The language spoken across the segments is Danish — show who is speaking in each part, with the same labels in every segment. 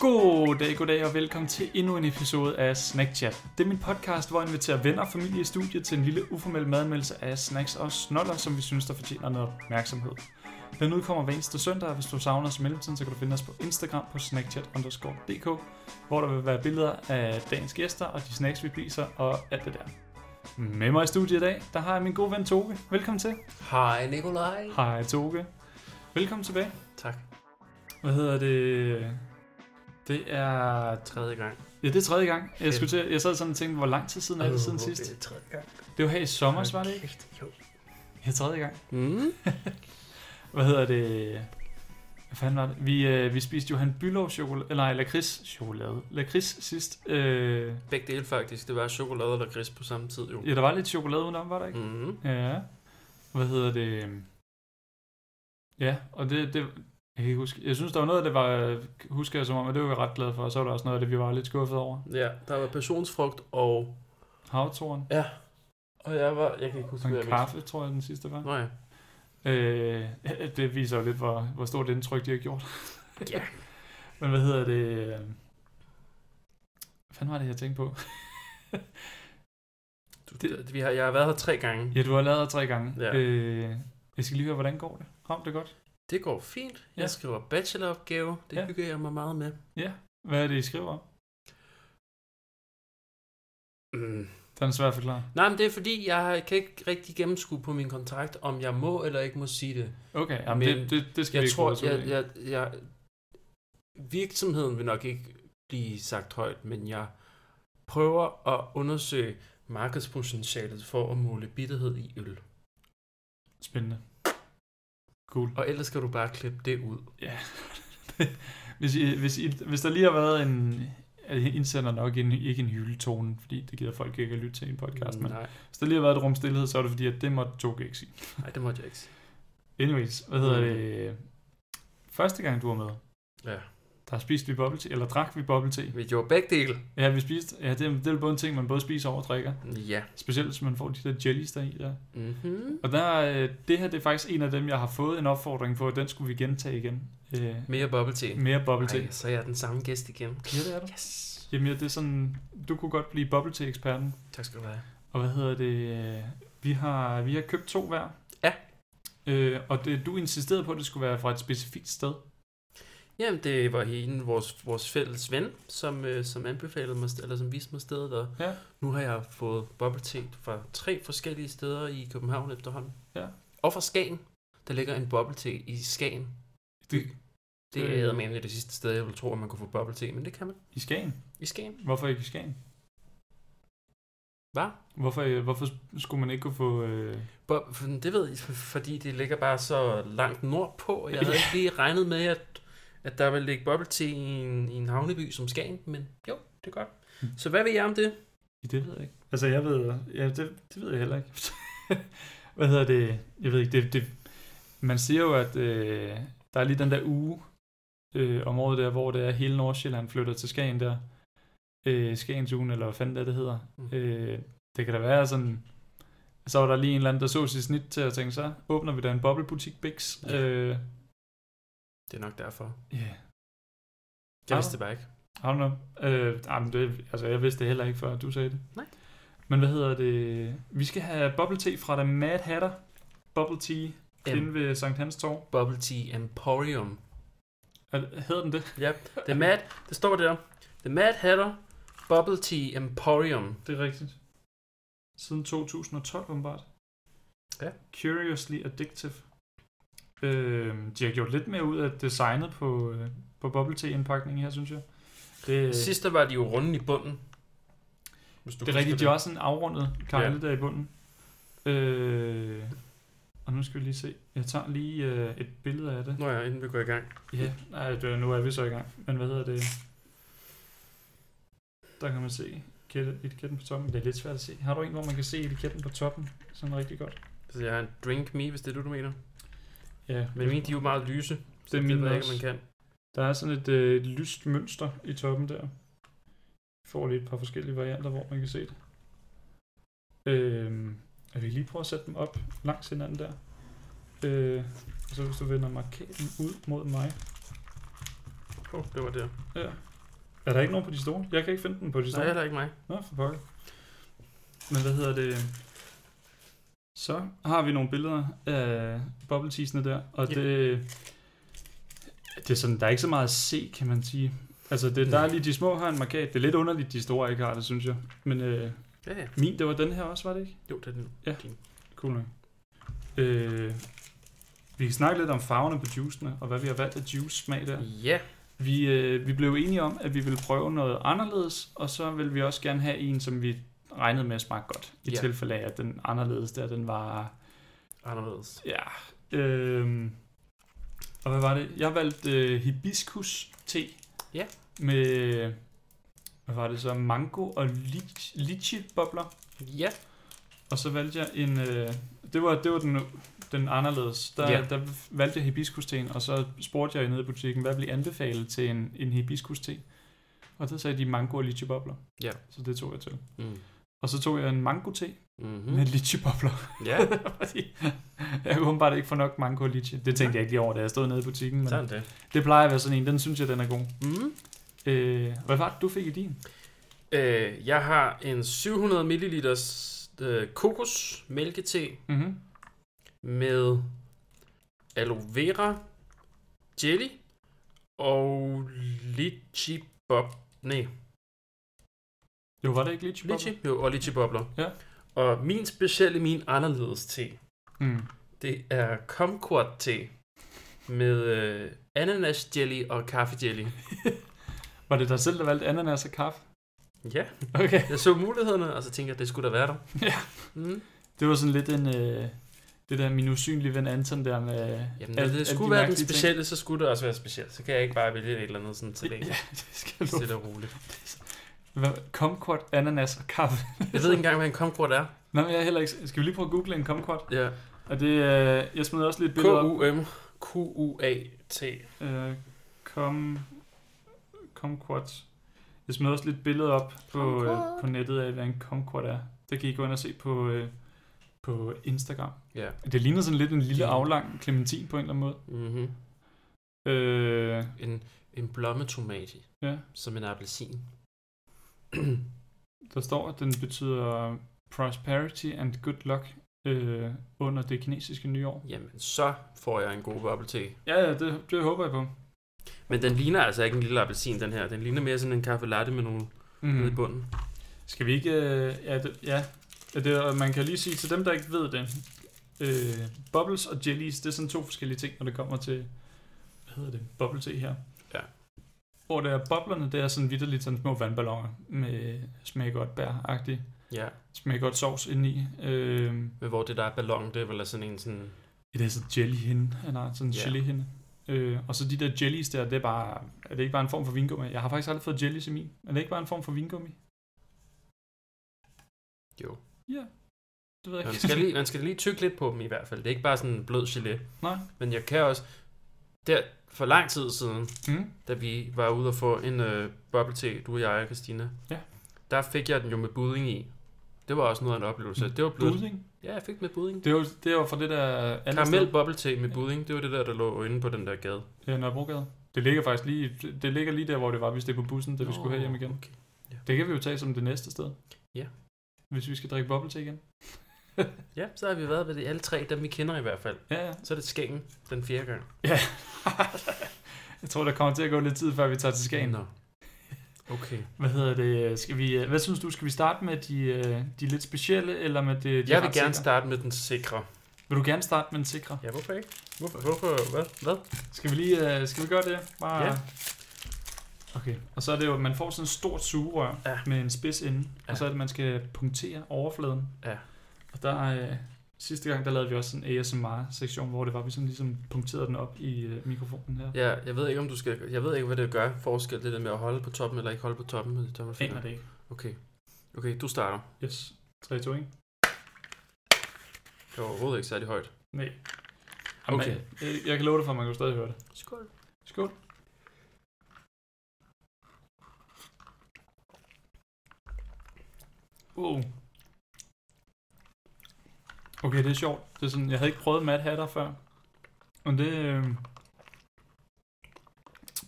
Speaker 1: God dag, god dag og velkommen til endnu en episode af Snack Chat. Det er min podcast, hvor jeg inviterer venner og familie i studiet til en lille uformel madanmeldelse af snacks og snoller, som vi synes, der fortjener noget opmærksomhed. Den udkommer hver eneste søndag, og hvis du savner os i mellemtiden, så kan du finde os på Instagram på snackchat.dk, hvor der vil være billeder af dagens gæster og de snacks, vi spiser og alt det der. Med mig i studiet i dag, der har jeg min gode ven Toge. Velkommen til.
Speaker 2: Hej Nikolaj.
Speaker 1: Hej Toge. Velkommen tilbage.
Speaker 2: Tak.
Speaker 1: Hvad hedder det? Det er
Speaker 2: Tredje gang.
Speaker 1: Ja, det er tredje gang. Jeg,
Speaker 2: Fedt.
Speaker 1: skulle til, jeg sad sådan og tænkte, hvor lang tid siden er det siden
Speaker 2: Åh,
Speaker 1: sidst?
Speaker 2: Det er tredje gang.
Speaker 1: Det var her i sommer, var det ikke?
Speaker 2: Kæft, jo.
Speaker 1: Ja, tredje gang.
Speaker 2: Mm.
Speaker 1: Hvad hedder det? Hvad fanden var det? Vi, øh, vi spiste Johan Bylov chokolade, eller nej, lakrids chokolade. Lakrids sidst. Øh,
Speaker 2: Begge dele faktisk. Det var chokolade og lakrids på samme tid jo.
Speaker 1: ja, der var lidt chokolade udenom, var der ikke?
Speaker 2: Mm.
Speaker 1: Ja. Hvad hedder det? Ja, og det, det jeg kan ikke huske. Jeg synes, der var noget af det, var, husker jeg som om, at det var vi ret glade for, og så var der også noget af det, vi var lidt skuffet over.
Speaker 2: Ja, der var passionsfrugt og...
Speaker 1: Havtoren
Speaker 2: Ja. Og jeg var... Jeg kan ikke huske,
Speaker 1: og
Speaker 2: hvad
Speaker 1: en
Speaker 2: jeg
Speaker 1: kaffe, tror jeg, den sidste var.
Speaker 2: vidste. Nå ja.
Speaker 1: Øh, det viser jo lidt, hvor, hvor stort indtryk de har gjort.
Speaker 2: Ja.
Speaker 1: Men hvad hedder det? øh, Hvad fanden var det, jeg tænkte på?
Speaker 2: Du,
Speaker 1: Det-
Speaker 2: det... vi har, jeg har været her tre gange.
Speaker 1: Ja, du har lavet det tre gange.
Speaker 2: Ja.
Speaker 1: Øh, jeg skal lige høre, hvordan går det? Kom det godt?
Speaker 2: Det går fint. Jeg
Speaker 1: Ja.
Speaker 2: skriver bacheloropgave. Det
Speaker 1: Ja.
Speaker 2: hygger jeg mig meget med.
Speaker 1: Hvad er det, I skriver om?
Speaker 2: Mm.
Speaker 1: Den er svær at forklare.
Speaker 2: Nej, men det er fordi, jeg har- kan ikke rigtig gennemskue på min kontrakt, om jeg må eller ikke må sige det.
Speaker 1: Okay, jamen
Speaker 2: Men
Speaker 1: det, det, det skal vi
Speaker 2: Jeg
Speaker 1: ikke
Speaker 2: tror,
Speaker 1: rodes ud
Speaker 2: jeg,
Speaker 1: i.
Speaker 2: jeg, jeg, virksomheden vil nok ikke blive sagt højt, men jeg prøver at undersøge markedspotentialet for at måle bitterhed i øl.
Speaker 1: Spændende. Cool.
Speaker 2: Og ellers skal du bare klippe det ud.
Speaker 1: Ja. hvis, I, hvis, I, hvis der lige har været en indsender nok en, ikke en hyldetone, fordi det gider folk ikke at lytte til i en podcast, men
Speaker 2: Mm, Nej,
Speaker 1: hvis der lige har været et rum stillhed, så er det fordi, at det måtte Toge ikke sige.
Speaker 2: nej, det måtte jeg ikke sige.
Speaker 1: Anyways, hvad hedder
Speaker 2: Mm.
Speaker 1: det? Første gang, du var med,
Speaker 2: Ja.
Speaker 1: der spiste vi bubble tea, eller drak vi bubble tea.
Speaker 2: Vi gjorde begge dele.
Speaker 1: Ja, vi spiste. Ja, det, er- det er både en ting, man både spiser og drikker.
Speaker 2: Ja.
Speaker 1: Specielt hvis man får de der jellies der i der.
Speaker 2: Mm-hmm.
Speaker 1: Og der, øh, det her det er faktisk en af dem, jeg har fået en opfordring på, at den skulle vi gentage igen. Øh,
Speaker 2: Mere bubble tea.
Speaker 1: mere bubble tea.
Speaker 2: Ej, så er jeg den samme gæst igen.
Speaker 1: Ja, det er du.
Speaker 2: Yes.
Speaker 1: Jamen, ja, det er sådan, du kunne godt blive bubble tea-eksperten.
Speaker 2: Tak skal du have.
Speaker 1: Og hvad hedder det? Øh, Vi har, vi har købt to hver.
Speaker 2: Ja.
Speaker 1: Øh, og det, du insisterede på, at det skulle være fra et specifikt sted.
Speaker 2: Jamen, det var hende, vores, vores fælles ven, som, øh, som anbefalede mig, eller som viste mig stedet, og
Speaker 1: Ja.
Speaker 2: nu har jeg fået bubble tea fra tre forskellige steder i København efterhånden.
Speaker 1: Ja.
Speaker 2: Og fra Skagen, der ligger en bubble tea i Skagen.
Speaker 1: Det,
Speaker 2: Mm. Det
Speaker 1: Øh.
Speaker 2: er eddermame det sidste sted, jeg ville tro, at man kunne få bubble tea, men det kan man.
Speaker 1: I Skagen?
Speaker 2: I Skagen.
Speaker 1: Hvorfor ikke i Skagen?
Speaker 2: Hvad?
Speaker 1: Hvorfor, øh, hvorfor skulle man ikke kunne få... Øh...
Speaker 2: Bo- for- Det ved jeg, fordi det ligger bare så langt nordpå, og jeg havde
Speaker 1: Ja.
Speaker 2: ikke lige regnet med, at, at der ville ligge bubble tea i en, i en havneby som Skagen, men jo, det er godt.
Speaker 1: Mm.
Speaker 2: Så hvad ved jeg om det?
Speaker 1: Det ved jeg ikke. Altså, jeg ved... Ja, det, det ved jeg heller ikke. Hvad hedder det? Jeg ved ikke. Det, det, man siger jo, at øh, der er lige den der uge øh, om året der, hvor det er hele Nordsjælland flytter til Skagen der. Øh, Skagens ugen, eller hvad fanden det, er, det hedder.
Speaker 2: Mm.
Speaker 1: Øh, det kan da være sådan... Så var der lige en eller anden, der så sit snit til at tænke, så åbner vi da en boblebutik, Bix.
Speaker 2: Ja.
Speaker 1: Øh,
Speaker 2: Det er nok derfor.
Speaker 1: yeah.
Speaker 2: Jeg vidste det bare ikke.
Speaker 1: I don't know. Øh, ej, men det, altså, jeg vidste det heller ikke, før du sagde det.
Speaker 2: Nej.
Speaker 1: Men hvad hedder det? Vi skal have bubble tea fra The Mad Hatter. Bubble tea inde ved Sankt Hans Torv.
Speaker 2: Bubble Tea Emporium.
Speaker 1: Er- Hedder den det?
Speaker 2: Ja, The Mad, det står der. The Mad Hatter Bubble Tea Emporium.
Speaker 1: Det er rigtigt. Siden 2012, åbenbart.
Speaker 2: Ja.
Speaker 1: Curiously Addictive. Øh, de har gjort lidt mere ud af designet på, øh, på bubble tea indpakningen her, synes jeg. Det,
Speaker 2: Sidste var de jo runde i bunden. Hvis du
Speaker 1: det er
Speaker 2: husker
Speaker 1: rigtigt, de er også en afrundet kejle
Speaker 2: Ja.
Speaker 1: der i bunden. Øh, og nu skal vi lige se. Jeg tager lige øh, et billede af det.
Speaker 2: Nå ja, inden vi går i gang.
Speaker 1: Ja, nej, det, er- nu er vi så i gang. Men hvad hedder det? Der kan man se ket- etiketten på toppen. Det er lidt svært at se. Har du en, hvor man kan se etiketten på toppen? Sådan rigtig godt.
Speaker 2: Så jeg har en Drink Me, hvis det er det, du mener.
Speaker 1: Ja,
Speaker 2: Men mine, de er jo meget lyse. så
Speaker 1: er mine
Speaker 2: det ved jeg ikke,
Speaker 1: også.
Speaker 2: om man kan.
Speaker 1: Der er sådan et, øh, et lyst mønster i toppen der. Vi får lige et par forskellige varianter, hvor man kan se det. Øhm, jeg vil lige prøve at sætte dem op langs hinanden der. Øh, og så hvis du vender markeringen ud mod mig.
Speaker 2: Åh, oh, det var der.
Speaker 1: Ja. Er der ikke nogen på de store? Jeg kan ikke finde den på de
Speaker 2: Nej,
Speaker 1: store.
Speaker 2: heller ikke mig.
Speaker 1: Nå, for pokker. Men hvad hedder det? Så har vi nogle billeder af bubble der, og
Speaker 2: Ja.
Speaker 1: det, det er sådan, der er ikke så meget at se, kan man sige. Altså, det, der
Speaker 2: Nej.
Speaker 1: er lige de små har en markat. Det er lidt underligt, de store ikke har det, synes jeg. Men øh,
Speaker 2: Ja, ja.
Speaker 1: min, det var den her også, var det ikke?
Speaker 2: Jo, det er den.
Speaker 1: Ja.
Speaker 2: Din.
Speaker 1: Cool nok. Øh, vi kan snakke lidt om farverne på juicene, og hvad vi har valgt af juice-smag der.
Speaker 2: ja.
Speaker 1: Vi, øh, vi blev enige om, at vi ville prøve noget anderledes, og så ville vi også gerne have en, som vi regnede med at smage godt. I
Speaker 2: Ja.
Speaker 1: tilfælde af, at den anderledes der, den var...
Speaker 2: Anderledes.
Speaker 1: Ja. Øh, og hvad var det? Jeg valgte øh, hibiscus te.
Speaker 2: Ja.
Speaker 1: Med... Hvad var det så? Mango og litchi-bobler.
Speaker 2: Ja.
Speaker 1: Og så valgte jeg en... Øh, det, var, det var den, den anderledes. Der,
Speaker 2: Ja.
Speaker 1: ja. der valgte jeg hibiskusteen, og så spurgte jeg nede i butikken, hvad ville I anbefale til en, en hibiskuste? Og der sagde de mango og litchi-bobler.
Speaker 2: Ja.
Speaker 1: Så det tog jeg til.
Speaker 2: Mm.
Speaker 1: Og så tog jeg en mango-te
Speaker 2: Mm-hmm.
Speaker 1: mm. med litchi-bobler.
Speaker 2: Ja,
Speaker 1: fordi jeg kunne bare ikke få nok mango og litchi. Det tænkte jeg ikke lige over, da jeg stod nede i butikken. Men
Speaker 2: sådan det.
Speaker 1: det plejer at være sådan en. Den synes jeg, den er god.
Speaker 2: Mm.
Speaker 1: Øh, hvad var det, du fik i din?
Speaker 2: Øh, jeg har en 700 ml øh, kokos mælkete
Speaker 1: Mm-hmm.
Speaker 2: med aloe vera jelly og litchi bob. Nej,
Speaker 1: Jo, var det ikke litchi-bobler?
Speaker 2: litchi jo, og litchi bobler.
Speaker 1: Ja.
Speaker 2: Og min specielle, min anderledes te,
Speaker 1: Mm.
Speaker 2: det er kumquat te med øh, ananas jelly og kaffe jelly.
Speaker 1: Var det dig selv, der valgte ananas og kaffe?
Speaker 2: Ja,
Speaker 1: Okay.
Speaker 2: jeg så mulighederne, og så tænkte jeg, det skulle da være der.
Speaker 1: Ja.
Speaker 2: Mm.
Speaker 1: Det var sådan lidt en... Øh, det der min usynlige ven Anton der med...
Speaker 2: Jamen,
Speaker 1: alt-
Speaker 2: når
Speaker 1: alle
Speaker 2: det
Speaker 1: de
Speaker 2: skulle være den
Speaker 1: mærkelige ting.
Speaker 2: specielle, så skulle det også være specielt. Så kan jeg ikke bare vælge et eller andet sådan til det.
Speaker 1: Ja, det skal du.
Speaker 2: Stille og roligt.
Speaker 1: Hvad- Kumquat, ananas og kaffe.
Speaker 2: Jeg ved ikke engang, hvad en kumquat er.
Speaker 1: Nå, men jeg er heller ikke... Skal vi lige prøve at google en kumquat?
Speaker 2: Ja.
Speaker 1: Og det... Øh, jeg smider også lige et billede op.
Speaker 2: K-U-M-Q-U-A-T.
Speaker 1: Øh, kom... Kumquat. Jeg smider også lidt billede op på, øh,
Speaker 2: Kumquat.
Speaker 1: på nettet af, hvad en kumquat er. Det kan I gå ind og se på, øh, på Instagram.
Speaker 2: Ja.
Speaker 1: Det ligner sådan lidt en lille
Speaker 2: Ja.
Speaker 1: aflang clementin på en eller anden måde.
Speaker 2: Mm-hmm.
Speaker 1: Øh,
Speaker 2: En, en blommetomat,
Speaker 1: ja.
Speaker 2: som en appelsin.
Speaker 1: Der står, at den betyder prosperity and good luck øh, under det kinesiske nyår.
Speaker 2: Jamen, så får jeg en god boble
Speaker 1: Ja, ja, det, det håber jeg på.
Speaker 2: Men den ligner altså ikke en lille appelsin, den her. Den ligner mere sådan en kaffe latte med nogle
Speaker 1: Mhm.
Speaker 2: mm. nede i bunden.
Speaker 1: Skal vi ikke... Øh, ja, det, ja. Ja, det, og man kan lige sige til dem, der ikke ved det. Øh, bubbles og jellies, det er sådan to forskellige ting, når det kommer til... Hvad hedder det? Bubble te her.
Speaker 2: Ja.
Speaker 1: Hvor det er boblerne, det er sådan vidderligt sådan små vandballoner med smag godt bær-agtigt.
Speaker 2: Ja,
Speaker 1: Smag godt sovs indeni. Øh,
Speaker 2: men hvor det der er ballon, det er vel er sådan en sådan...
Speaker 1: Ja, det er sådan jellyhinde, eller sådan en
Speaker 2: Ja.
Speaker 1: chilihinde. Øh, og så de der jellies der, det er bare, er det ikke bare en form for vingummi? Jeg har faktisk aldrig fået jellies i min. Er det ikke bare en form for vingummi?
Speaker 2: Jo.
Speaker 1: Ja, det ved jeg
Speaker 2: Man
Speaker 1: ikke.
Speaker 2: skal, lige, man skal lige tykke lidt på dem i hvert fald. Det er ikke bare sådan en blød gelé.
Speaker 1: Nej.
Speaker 2: Men jeg kan også... Der, for lang tid siden,
Speaker 1: Mm.
Speaker 2: da vi var ude og få en øh, bubble te, du og jeg og Christina,
Speaker 1: Ja.
Speaker 2: der fik jeg den jo med budding i. Det var også noget af en oplevelse. Det var blevet...
Speaker 1: Budding?
Speaker 2: Ja, jeg fik den med budding.
Speaker 1: Det er jo det var fra det der andet
Speaker 2: Karamel
Speaker 1: sted.
Speaker 2: bubble te med budding, det var det der, der lå inde på den der gade.
Speaker 1: Ja, Nørrebrogade. Det ligger faktisk lige, det ligger lige der, hvor det var, hvis det er på bussen, da vi skulle hjem igen.
Speaker 2: Okay.
Speaker 1: Det kan vi jo tage som det næste sted.
Speaker 2: Ja.
Speaker 1: Hvis vi skal drikke bubble tea igen.
Speaker 2: Ja, så har vi været ved de alle tre, dem vi kender i hvert fald.
Speaker 1: Ja, ja.
Speaker 2: Så er det skængen den fjerde gang.
Speaker 1: jeg tror, der kommer til at gå lidt tid, før vi tager til Skagen.
Speaker 2: Nå. Okay.
Speaker 1: Hvad hedder det? Skal vi, øh, hvad synes du, skal vi starte med de, øh, de lidt specielle, eller med det, de
Speaker 2: Jeg vil
Speaker 1: ret sikre?
Speaker 2: gerne starte med den sikre.
Speaker 1: Vil du gerne starte med en sikre?
Speaker 2: Ja, hvorfor ikke? Hvorfor? hvorfor hvad? Hvad?
Speaker 1: Skal vi lige, øh, skal vi gøre det? Bare...
Speaker 2: Ja.
Speaker 1: Okay, og så er det jo, at man får sådan et stort sugerør
Speaker 2: Ja.
Speaker 1: med en spids inde, ja.
Speaker 2: Ja.
Speaker 1: og så er det, at man skal punktere overfladen.
Speaker 2: Ja.
Speaker 1: Og der øh, sidste gang, der lavede vi også en ASMR-sektion, hvor det var, vi sådan ligesom punkterede den op i øh, mikrofonen her.
Speaker 2: Ja, jeg ved ikke, om du skal... Jeg ved ikke, hvad det gør forskel, det der med at holde på toppen eller ikke holde på toppen med
Speaker 1: Aner
Speaker 2: tommelfingeren.
Speaker 1: det ikke.
Speaker 2: Okay. Okay, du starter.
Speaker 1: Yes. 3, 2, 1.
Speaker 2: Det var overhovedet ikke særlig højt.
Speaker 1: Nej.
Speaker 2: Okay.
Speaker 1: Jamen, øh, jeg kan love dig for, at man kan jo stadig høre det.
Speaker 2: Skål.
Speaker 1: Skål. Wow. Okay, det er sjovt. Det er sådan, jeg havde ikke prøvet Mad Hatter før. Og det... øhm, Øh,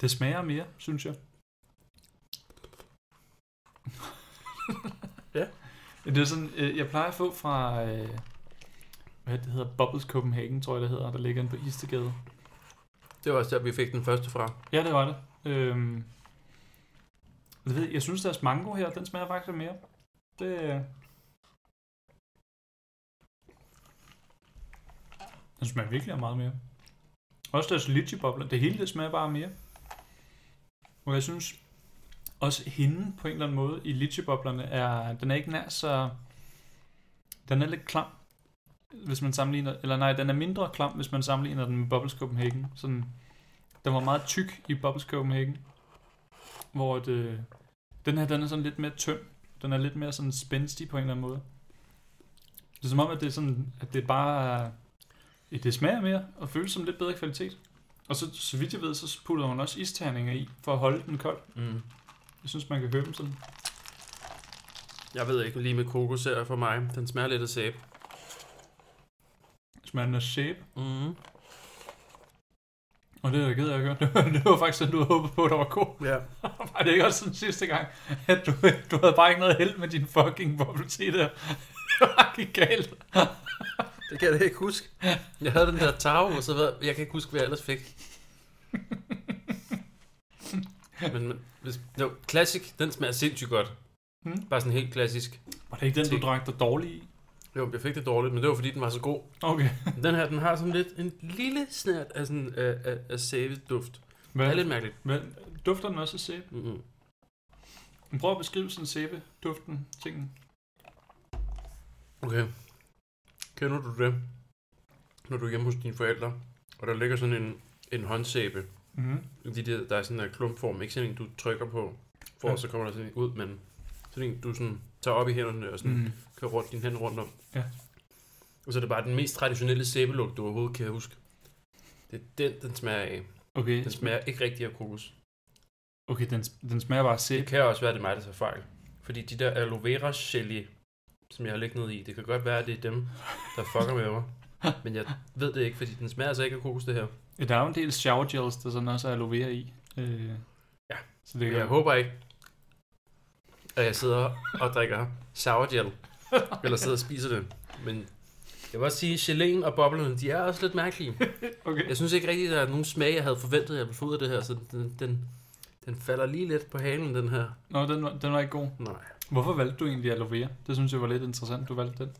Speaker 1: det smager mere, synes jeg. Det er sådan, øh, jeg plejer at få fra, øh, hvad det hedder, Bubbles Copenhagen, tror jeg det hedder, der ligger inde på Istegade.
Speaker 2: Det var også der, vi fik den første fra.
Speaker 1: Ja, det var det. Øhm, jeg, ved, jeg synes, deres mango her, den smager faktisk af mere. Det, øh, den smager virkelig af meget mere. Også deres lychee-bobler, det hele det smager bare af mere. Og jeg synes, også hende på en eller anden måde i lychee-boblerne er, den er ikke nær så, den er lidt klam, hvis man sammenligner, eller nej, den er mindre klam, hvis man sammenligner den med Bubbles Copenhagen. Sådan, den var meget tyk i Bubbles Copenhagen. Hvor at, øh, den her, den er sådan lidt mere tynd. Den er lidt mere sådan spændstig på en eller anden måde. Det er som om, at det er sådan, at det bare er- at det smager mere og føles som lidt bedre kvalitet. Og så, så vidt jeg ved, så putter hun også isterninger i, for at holde den kold.
Speaker 2: Mm.
Speaker 1: Jeg synes, man kan høre dem sådan.
Speaker 2: Jeg ved ikke, lige med kokos her for mig. Den smager lidt af sæbe.
Speaker 1: Smager den af sæbe.
Speaker 2: Mm.
Speaker 1: Og det er jeg ked af at høre. Det var, det var faktisk sådan, du havde håbet på, at der var god.
Speaker 2: Ja.
Speaker 1: Var det ikke også sådan sidste gang, at du, du havde bare ikke noget held med din fucking bubble tea der? Det var ikke galt.
Speaker 2: Det kan jeg da ikke huske. Jeg havde den der tarve, og så ved jeg, jeg kan ikke huske, hvad jeg ellers fik. men, men hvis, no, classic, den smager sindssygt godt.
Speaker 1: Hmm?
Speaker 2: Bare sådan helt klassisk.
Speaker 1: Var det ikke den, du drak dig dårlig i?
Speaker 2: Jo, jeg fik det dårligt, men det var fordi, den var så god.
Speaker 1: Okay.
Speaker 2: Den her, den har sådan lidt en lille snært af sådan af, af, af sævet duft. Det er
Speaker 1: Hvad,
Speaker 2: lidt mærkeligt.
Speaker 1: hvad, dufter den også af sæbe?
Speaker 2: Mm-hmm.
Speaker 1: Men Prøv at beskrive sådan sæbe, duften, tingen.
Speaker 2: Okay. Kender du det, når du er hjemme hos dine forældre, og der ligger sådan en, en håndsæbe,
Speaker 1: Mm-hmm.
Speaker 2: de der, der er sådan en klumpform, ikke sådan en, du trykker på, for
Speaker 1: Ja.
Speaker 2: ja. så kommer der sådan en ud, men sådan en, du sådan tager op i hænderne og sådan mm.
Speaker 1: Mm.
Speaker 2: kører rundt, dine hænder rundt om.
Speaker 1: Ja.
Speaker 2: Og så er det bare den mest traditionelle sæbelugt, du overhovedet kan huske. Det er den, den smager af.
Speaker 1: Okay.
Speaker 2: Den smager ikke rigtig af kokos.
Speaker 1: Okay, den, den smager bare af
Speaker 2: Det
Speaker 1: sæbe.
Speaker 2: kan også være, det er mig, der tager fejl. Fordi de der aloe vera gelé, som jeg har liggende i, det kan godt være, at det er dem, der fucker med mig. Men jeg ved det ikke, fordi den smager altså ikke af kokos, det her.
Speaker 1: Ja, der er jo en del shower gels, der sådan også er aloe vera i. Øh,
Speaker 2: Ja.
Speaker 1: Så det
Speaker 2: Men
Speaker 1: kan
Speaker 2: jeg håber ikke, at jeg sidder og drikker sour gel, eller sidder og spiser det. Men jeg vil også sige, at geléen og boblerne, de er også lidt mærkelige.
Speaker 1: Okay.
Speaker 2: Jeg synes ikke rigtigt, at der er nogen smag, jeg havde forventet, jeg ville få ud af det her, så den, den, den falder lige lidt på halen, den her.
Speaker 1: Nå, den var, den var ikke god.
Speaker 2: Nej.
Speaker 1: Hvorfor valgte du egentlig aloe vera? Det synes jeg var lidt interessant, du valgte den.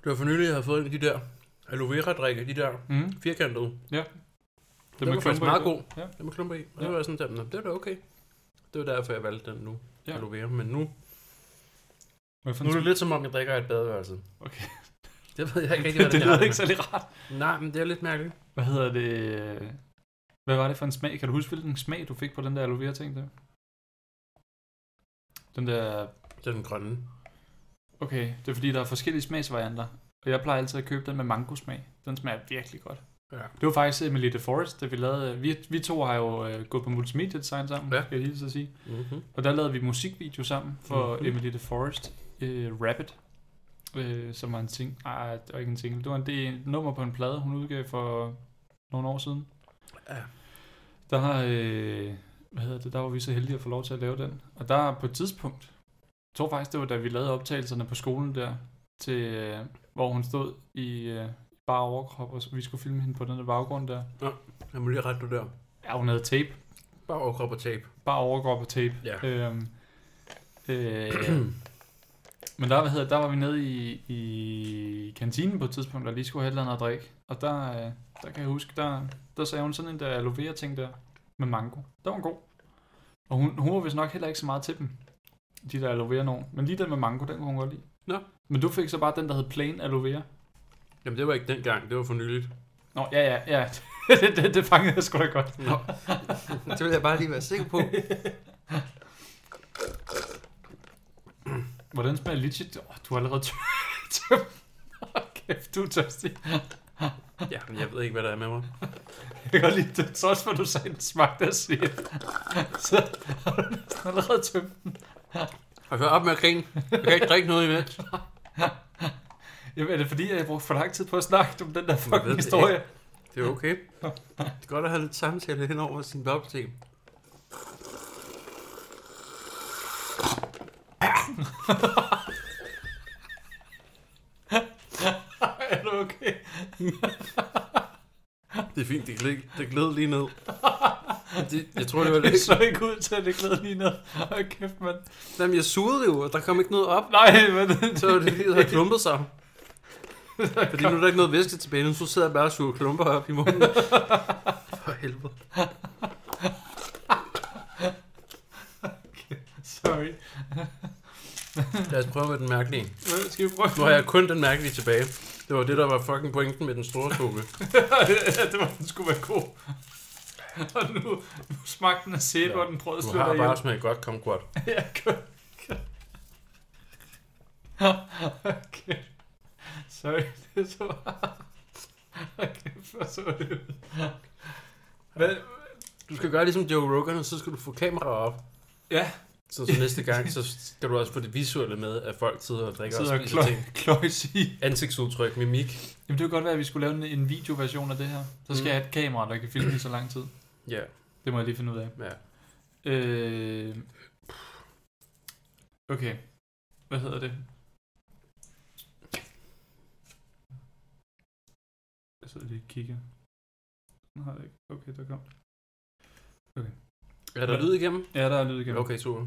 Speaker 2: Det var for nylig, jeg havde fået en af de der aloe vera drikke, de der
Speaker 1: Mm.
Speaker 2: firkantede.
Speaker 1: Det
Speaker 2: Den var faktisk meget god.
Speaker 1: Ja.
Speaker 2: Ja. Den var klumper i. Og
Speaker 1: Ja.
Speaker 2: det var sådan der, "Nå, det var da okay. Det var derfor, jeg valgte den nu.
Speaker 1: Ja.
Speaker 2: Ja. Aloe vera. Men nu,
Speaker 1: Hvad for
Speaker 2: nu er
Speaker 1: en
Speaker 2: det lidt som om, jeg drikker af et badeværelse.
Speaker 1: Okay.
Speaker 2: Det ved jeg ikke rigtig,
Speaker 1: det,
Speaker 2: hvad
Speaker 1: det
Speaker 2: det,
Speaker 1: lyder ikke særlig rart.
Speaker 2: Nej, men det er lidt mærkeligt.
Speaker 1: Hvad hedder det? Hvad var det for en smag? Kan du huske, hvilken smag du fik på den der aloe vera ting der? Den der...
Speaker 2: Det er den grønne.
Speaker 1: Okay, det er fordi, der er forskellige smagsvarianter. Og jeg plejer altid at købe den med mangosmag. Den smager virkelig godt.
Speaker 2: Ja.
Speaker 1: Det var faktisk Emily de Forest, da vi lavede... øh, Vi, vi to har jo øh, gået på multimedia design sammen,
Speaker 2: Ja.
Speaker 1: skal jeg lige så sige.
Speaker 2: Mm-hmm.
Speaker 1: Og der lavede vi musikvideo sammen for
Speaker 2: Mhm.
Speaker 1: mm-hmm. Emily the Forest, øh, Rabbit, øh, som var en ting. Ej, det var ikke en single. Det var en det er et nummer på en plade, hun udgav for nogle år siden.
Speaker 2: Ja.
Speaker 1: Der har, øh, hvad hedder det, der var vi så heldige at få lov til at lave den. Og der på et tidspunkt, jeg tror faktisk det var da vi lavede optagelserne på skolen der, til, øh, hvor hun stod i øh, bare overkrop, og så- vi skulle filme hende på den der baggrund der.
Speaker 2: Jeg må lige rette nu der.
Speaker 1: Ja, hun havde tape.
Speaker 2: Bare overkrop og tape.
Speaker 1: Bare overkrop og tape.
Speaker 2: Ja.
Speaker 1: Øhm, øh, Men der, hvad hedder, der var vi nede i, i kantinen på et tidspunkt, og lige skulle have et eller andet at drikke. Og der, øh, der kan jeg huske, der, der sagde hun sådan en der aloe vera ting der med mango. Der var hun god. Og hun, hun var vist nok heller ikke så meget til dem, de der aloe vera nogen. Men lige den med mango, den kunne hun godt lide.
Speaker 2: Nå.
Speaker 1: Men du fik så bare den, der hed plain aloe vera.
Speaker 2: Jamen, det var ikke dengang. Det var for nyligt.
Speaker 1: Nå, ja, ja, ja. det, det, det fangede jeg sgu da godt.
Speaker 2: Nå. det vil jeg bare lige være sikker på.
Speaker 1: Hvordan smager lychee? Oh, du har allerede tø- tømt. Åh, kæft, du er tørstig.
Speaker 2: Ja, men jeg ved ikke, hvad der er med mig.
Speaker 1: Jeg kan godt lide det, trods for, at du sagde, den smagte af sæbe. Så har du næsten allerede tømt.
Speaker 2: Og så op med at grine. Jeg kan ikke drikke noget imens.
Speaker 1: Jamen, er det fordi, at jeg brugte for lang tid på at snakke om den der
Speaker 2: ved
Speaker 1: fucking
Speaker 2: det
Speaker 1: historie?
Speaker 2: Det er okay. Det er godt at have lidt samtale hen over sin bobte.
Speaker 1: er du okay?
Speaker 2: Det er fint, det gled, det gled lige ned. Det, jeg tror, det var
Speaker 1: Det
Speaker 2: lidt...
Speaker 1: så ikke ud til, at det glæder lige ned. Hold kæft, mand.
Speaker 2: Jamen, jeg sugede det jo, og der kom ikke noget op.
Speaker 1: Nej, men...
Speaker 2: Så var det fordi, der havde klumpet sig. Fordi nu er der ikke noget væske tilbage, nu så sidder jeg bare og suger klumper op i munden. For helvede.
Speaker 1: Sorry.
Speaker 2: Lad os prøve med den mærkelige.
Speaker 1: Hvad Skal vi prøve?
Speaker 2: Nu har jeg kun den mærkelige tilbage. Det var det, der var fucking pointen med den store skole.
Speaker 1: ja, det var, den skulle være god. og nu, nu smagte den af sæbe,
Speaker 2: Ja.
Speaker 1: og den prøvede at
Speaker 2: Du
Speaker 1: slå
Speaker 2: har
Speaker 1: dig
Speaker 2: bare
Speaker 1: ihjel.
Speaker 2: smagt godt kom godt.
Speaker 1: Ja, godt. okay. Sorry, det så Okay, for så det ud. Hvad?
Speaker 2: Du skal gøre ligesom Joe Rogan, og så skal du få kamera op.
Speaker 1: Ja.
Speaker 2: Så, så næste gang, så skal du også få det visuelle med, at folk sidder og drikker
Speaker 1: Sidder
Speaker 2: og
Speaker 1: og
Speaker 2: spiser ting.
Speaker 1: kløj- kløjs i.
Speaker 2: Ansigtsudtryk, mimik.
Speaker 1: Jamen det kunne godt være, at vi skulle lave en, en videoversion af det her. Så skal
Speaker 2: Mm.
Speaker 1: mm. jeg have et kamera, der kan filme i så lang tid.
Speaker 2: Ja,
Speaker 1: Det må jeg lige finde ud af.
Speaker 2: ja.
Speaker 1: Øh... Okay. Hvad hedder det? Jeg sidder lige og kigger. Den har jeg ikke. Okay, der kom.
Speaker 2: Er der lyd igennem?
Speaker 1: Ja, der er lyd igen.
Speaker 2: Okay, super.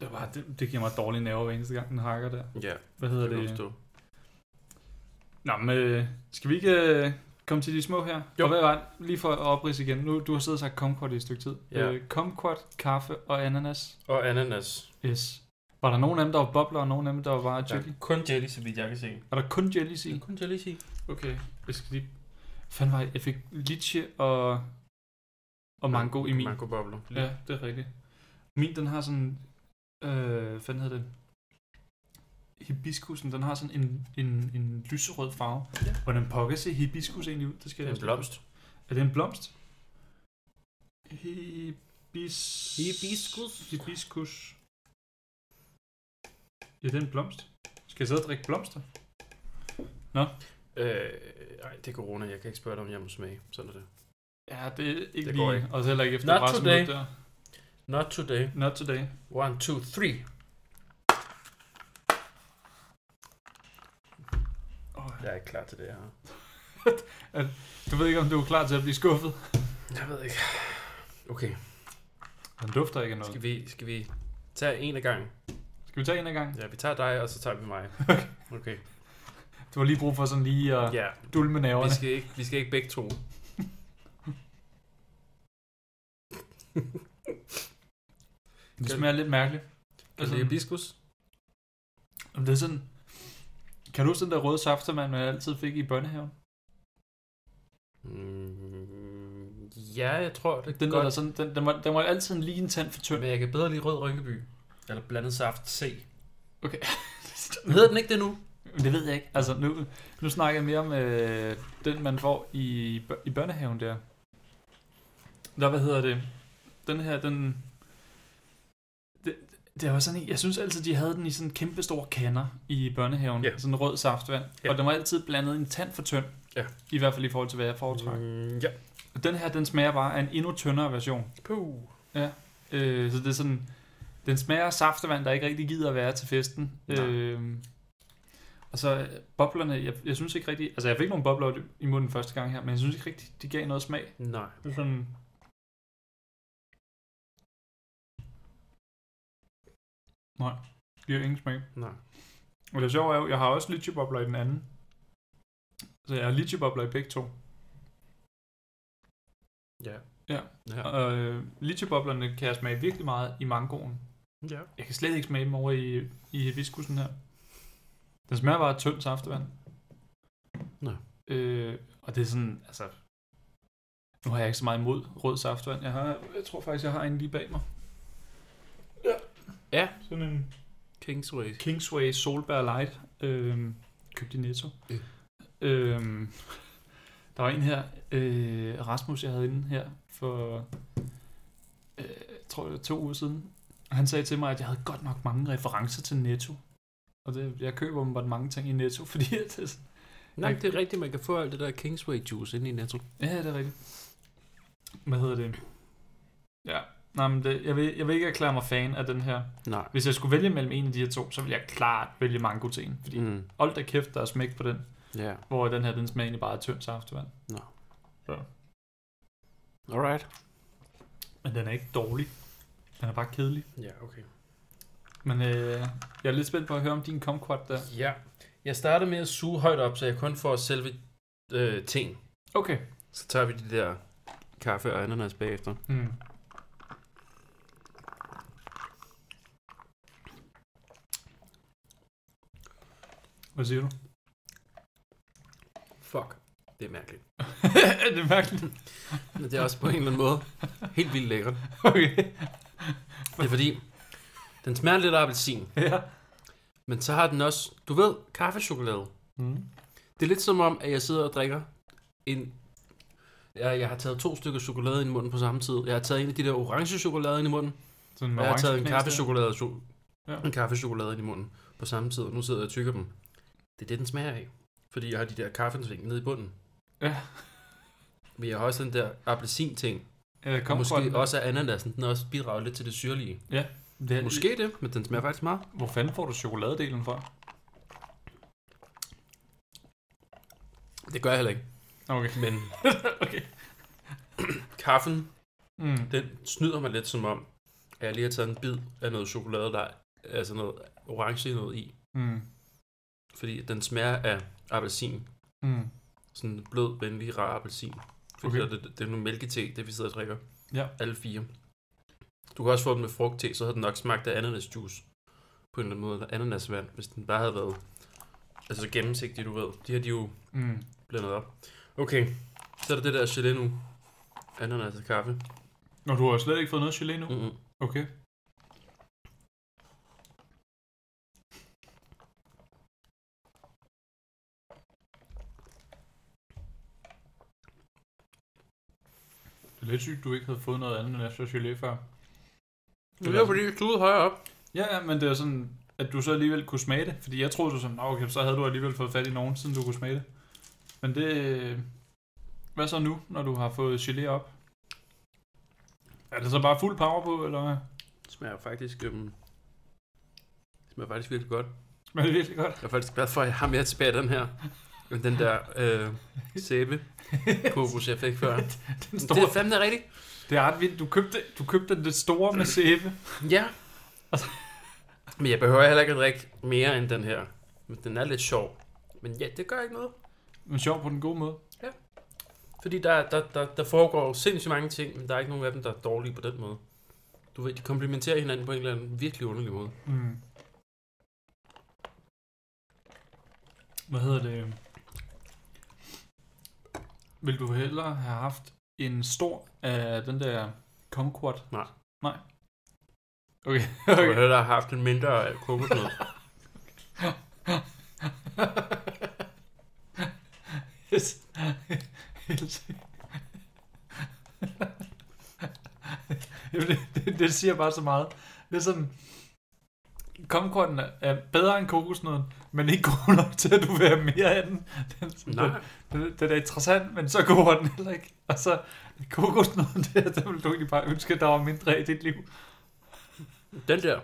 Speaker 1: Det, var bare, det, det giver mig dårlige nerver hver eneste gang, den hakker der.
Speaker 2: Ja,
Speaker 1: Hvad hedder
Speaker 2: det kan du
Speaker 1: det?
Speaker 2: forstå.
Speaker 1: Nå, men øh, skal vi ikke øh, komme til de små her?
Speaker 2: Jo.
Speaker 1: Og hvad var det? Lige for at oprise igen. Nu, du har siddet og sagt kumquat i et stykke tid.
Speaker 2: Ja.
Speaker 1: Øh, kumquat, kaffe og ananas.
Speaker 2: Og ananas.
Speaker 1: Yes. Var der nogen af dem, der var bobler, og nogen af dem, der var bare
Speaker 2: Der
Speaker 1: jelly?
Speaker 2: er kun jelly, så vidt jeg kan se.
Speaker 1: Er der kun jellies
Speaker 2: Der er
Speaker 1: i?
Speaker 2: kun jelly, sige.
Speaker 1: Okay, jeg skal lige... Fanden var jeg? Jeg fik litchi og, og mango i min.
Speaker 2: Mango bobler.
Speaker 1: Ja, det er rigtigt. Min, den har sådan... Øh, hvad fanden hedder det? Hibiskusen, den har sådan en, en, en lyserød farve.
Speaker 2: Ja.
Speaker 1: Hvordan pokker se hibiskus egentlig ud? Det skal
Speaker 2: Det er
Speaker 1: jeg
Speaker 2: en blomst.
Speaker 1: Er det en blomst? Hibis...
Speaker 2: Hibiscus.
Speaker 1: Hibiskus. Ja, det er en blomst. Skal jeg sidde og drikke blomster?
Speaker 2: Øh, ej, det er corona. Jeg kan ikke spørge dig, om jeg må smage. Sådan er det.
Speaker 1: Ja, det er ikke
Speaker 2: Det
Speaker 1: det
Speaker 2: går
Speaker 1: lige.
Speaker 2: ikke.
Speaker 1: Ikke. Og så heller ikke efter
Speaker 2: Not
Speaker 1: Not resten
Speaker 2: today.
Speaker 1: today. der.
Speaker 2: Not today.
Speaker 1: Not today.
Speaker 2: One, two, three.
Speaker 1: Oh,
Speaker 2: Jeg er ikke klar til det her.
Speaker 1: du ved ikke, om du er klar til at blive skuffet.
Speaker 2: Jeg ved ikke. Okay,
Speaker 1: Den dufter ikke af noget.
Speaker 2: skal vi, skal vi tage en af gangen?
Speaker 1: Skal vi tage en af gang?
Speaker 2: Ja, vi tager dig, og så tager vi mig. Okay.
Speaker 1: Du har lige brug for sådan lige at
Speaker 2: Ja,
Speaker 1: dulme
Speaker 2: vi
Speaker 1: nerverne.
Speaker 2: skal ikke, vi skal ikke begge to.
Speaker 1: Det smager lidt mærkeligt.
Speaker 2: Kan du
Speaker 1: Altså,
Speaker 2: lide hibiskus?
Speaker 1: jamen, det er sådan... Kan du huske den der røde saftemand, man altid fik i børnehaven?
Speaker 2: Mm, ja, jeg tror, det er
Speaker 1: Den,
Speaker 2: godt.
Speaker 1: der, der sådan, den, den, var, den var altid en lige en tand for tynd.
Speaker 2: Men jeg kan bedre lide rød rynkeby. Eller blandet saft C.
Speaker 1: Okay.
Speaker 2: Hedder den ikke det nu?
Speaker 1: Men det ved jeg ikke. Altså, nu, nu snakker jeg mere om øh, den, man får i, bør- i børnehaven der. Der, hvad hedder det? Den her, den... Det, det var sådan en, jeg synes altid, de havde den i sådan kæmpe store kander i børnehaven.
Speaker 2: Ja.
Speaker 1: Sådan rød saftvand.
Speaker 2: Ja.
Speaker 1: Og den var altid blandet i en tand for tynd.
Speaker 2: Ja.
Speaker 1: I hvert fald i forhold til, hvad jeg foretrækker.
Speaker 2: Mm, ja.
Speaker 1: Og den her, den smager bare af en endnu tyndere version.
Speaker 2: Puh.
Speaker 1: Øh, så det er sådan, den smager af saftevand, der ikke rigtig gider at være til festen.
Speaker 2: Nej.
Speaker 1: Øh, og så øh, boblerne, jeg, jeg synes ikke rigtig, altså jeg fik nogle bobler i munden første gang her, men jeg synes ikke rigtig, de gav noget smag.
Speaker 2: Nej.
Speaker 1: Det er sådan, Nej, de har ingen smag.
Speaker 2: Nej.
Speaker 1: Og det sjove er jo, jeg har også lychebobler i den anden. Så jeg har lychebobler i begge to.
Speaker 2: Ja.
Speaker 1: Ja.
Speaker 2: Ja.
Speaker 1: Og øh, lycheboblerne kan jeg smage virkelig meget i mangoen.
Speaker 2: ja.
Speaker 1: Jeg kan slet ikke smage dem over i, i hibiskusen her. Den smager bare af tynd saftevand.
Speaker 2: Nå.
Speaker 1: Øh, og det er sådan, altså... Nu har jeg ikke så meget imod rød saftevand. Jeg, har, jeg tror faktisk, jeg har en lige bag mig. Ja.
Speaker 2: Ja.
Speaker 1: Sådan en
Speaker 2: Kingsway.
Speaker 1: Kingsway Solbær Light. Øh, købt i Netto.
Speaker 2: Øh.
Speaker 1: Øh, der var en her, øh, Rasmus, jeg havde inde her for... Øh, tror jeg, to uger siden. Og Han sagde til mig, at jeg havde godt nok mange referencer til Netto. Og det, jeg køber åbenbart mange ting i Netto, fordi det er sådan,
Speaker 2: Nej, det er rigtigt, man kan få alt det der Kingsway juice ind i Netto.
Speaker 1: ja, det er rigtigt. Hvad hedder det? Ja, Nej, men det, jeg, vil, jeg vil ikke erklære mig fan af den her.
Speaker 2: Nej.
Speaker 1: Hvis jeg skulle vælge mellem en af de her to, så ville jeg klart vælge mango til en. Fordi
Speaker 2: Mm.
Speaker 1: hold da kæft, der er smæk på den.
Speaker 2: Ja.
Speaker 1: Hvor den her, den smager egentlig bare af tynd saftevand.
Speaker 2: Alright.
Speaker 1: Men den er ikke dårlig. Den er bare kedelig.
Speaker 2: Ja, okay.
Speaker 1: Men øh, jeg er lidt spændt på at høre om din kumquat der.
Speaker 2: Ja. Jeg starter med at suge højt op, så jeg kun får selve øh, ting.
Speaker 1: Okay.
Speaker 2: Så tager vi de der kaffe og ananas bagefter.
Speaker 1: Mm. Hvad siger du?
Speaker 2: Fuck. Det er mærkeligt.
Speaker 1: det er mærkeligt.
Speaker 2: Men det er også på en eller anden måde helt vildt lækkert.
Speaker 1: Okay.
Speaker 2: Det er fordi, den smager lidt af appelsin,
Speaker 1: Ja.
Speaker 2: men så har den også, du ved, kaffechokolade. Hmm.
Speaker 1: Mm.
Speaker 2: Det er lidt som om, at jeg sidder og drikker en... Jeg, jeg har taget to stykker chokolade ind i munden på samme tid. Jeg har taget en af de der orange chokolade ind i munden,
Speaker 1: Sådan
Speaker 2: og jeg har taget en
Speaker 1: orange knas der.
Speaker 2: kaffechokolade, cho-
Speaker 1: Ja.
Speaker 2: ja. en kaffechokolade ind i munden på samme tid, og nu sidder jeg og tykker dem. Det er det, den smager af, fordi jeg har de der kaffensving nede i bunden.
Speaker 1: Ja.
Speaker 2: Men jeg har også den der appelsin-ting.
Speaker 1: Ja,
Speaker 2: og Måske
Speaker 1: kumquatten.
Speaker 2: også af ananasen. Den også bidrager lidt til det syrlige.
Speaker 1: Det er,
Speaker 2: Måske det, men den smager faktisk meget.
Speaker 1: Hvor fanden får du chokoladedelen fra?
Speaker 2: Det gør jeg heller ikke.
Speaker 1: Okay.
Speaker 2: Men
Speaker 1: okay.
Speaker 2: kaffen,
Speaker 1: Mm.
Speaker 2: den snyder mig lidt som om, at jeg lige har taget en bid af noget chokolade, der er altså noget orange i noget i.
Speaker 1: Mm.
Speaker 2: Fordi den smager af appelsin.
Speaker 1: Mm.
Speaker 2: Sådan en blød, venlig, rar appelsin. Fordi
Speaker 1: Okay.
Speaker 2: okay. det, det, er nogle mælkete, det vi sidder og drikker.
Speaker 1: Ja.
Speaker 2: Alle fire. Du kan også få den med frugtte, så havde den nok smagt af ananasjuice. På en eller anden måde, eller ananasvand, hvis den bare havde været altså gennemsigtig, du ved. De har de jo
Speaker 1: Mm.
Speaker 2: blandet op. Okay, så er der det der gelé nu. Ananas og kaffe.
Speaker 1: Nå, du har slet ikke fået noget gelé nu?
Speaker 2: Mm-mm.
Speaker 1: Okay. Det er lidt sygt, du ikke havde fået noget andet end efter gelé før.
Speaker 2: Det er fordi, du er højere op.
Speaker 1: Ja, ja, men det er sådan, at du så alligevel kunne smage det. Fordi jeg troede, du sådan, "Nå, okay, så havde du alligevel fået fat i nogen, siden du kunne smage det. Men det... Hvad så nu, når du har fået gelé op? Er det så bare fuld power på, eller hvad?
Speaker 2: Det smager faktisk, øhm, det smager faktisk virkelig godt.
Speaker 1: Smager det virkelig godt?
Speaker 2: Jeg er faktisk glad for, at jeg har mere tilbage af den her, end den der øh, sæbe kokos, jeg fik før.
Speaker 1: Den
Speaker 2: Det
Speaker 1: store,
Speaker 2: er fandme rigtigt.
Speaker 1: det er ret vildt. Du købte, du købte den lidt store med sæbe.
Speaker 2: Ja. Men jeg behøver heller ikke at drikke mere end den her. Men den er lidt sjov. Men ja, det gør ikke noget.
Speaker 1: Men sjov på den gode måde.
Speaker 2: Fordi der, der, der, der foregår jo sindssygt mange ting, men der er ikke nogen af dem, der er dårlige på den måde. Du ved, de komplementerer hinanden på en eller anden virkelig underlig måde.
Speaker 1: Mm. Hvad hedder det? Vil du hellere have haft en stor af den der kumquat?
Speaker 2: Nej.
Speaker 1: Nej. Okay.
Speaker 2: Jeg okay. hellere have haft en mindre af kokosnød.
Speaker 1: yes. Helt sikkert. Jamen, det, det, det siger bare så meget. Det er sådan, kumquatten er- er bedre end kokosnøden, men ikke god nok til, at du vil have mere af den. den sådan,
Speaker 2: Nej.
Speaker 1: Den, den er interessant, men så god var den heller ikke. Og så kokosnøden der, der ville du egentlig bare ønske, at der var mindre af i dit liv.
Speaker 2: Den der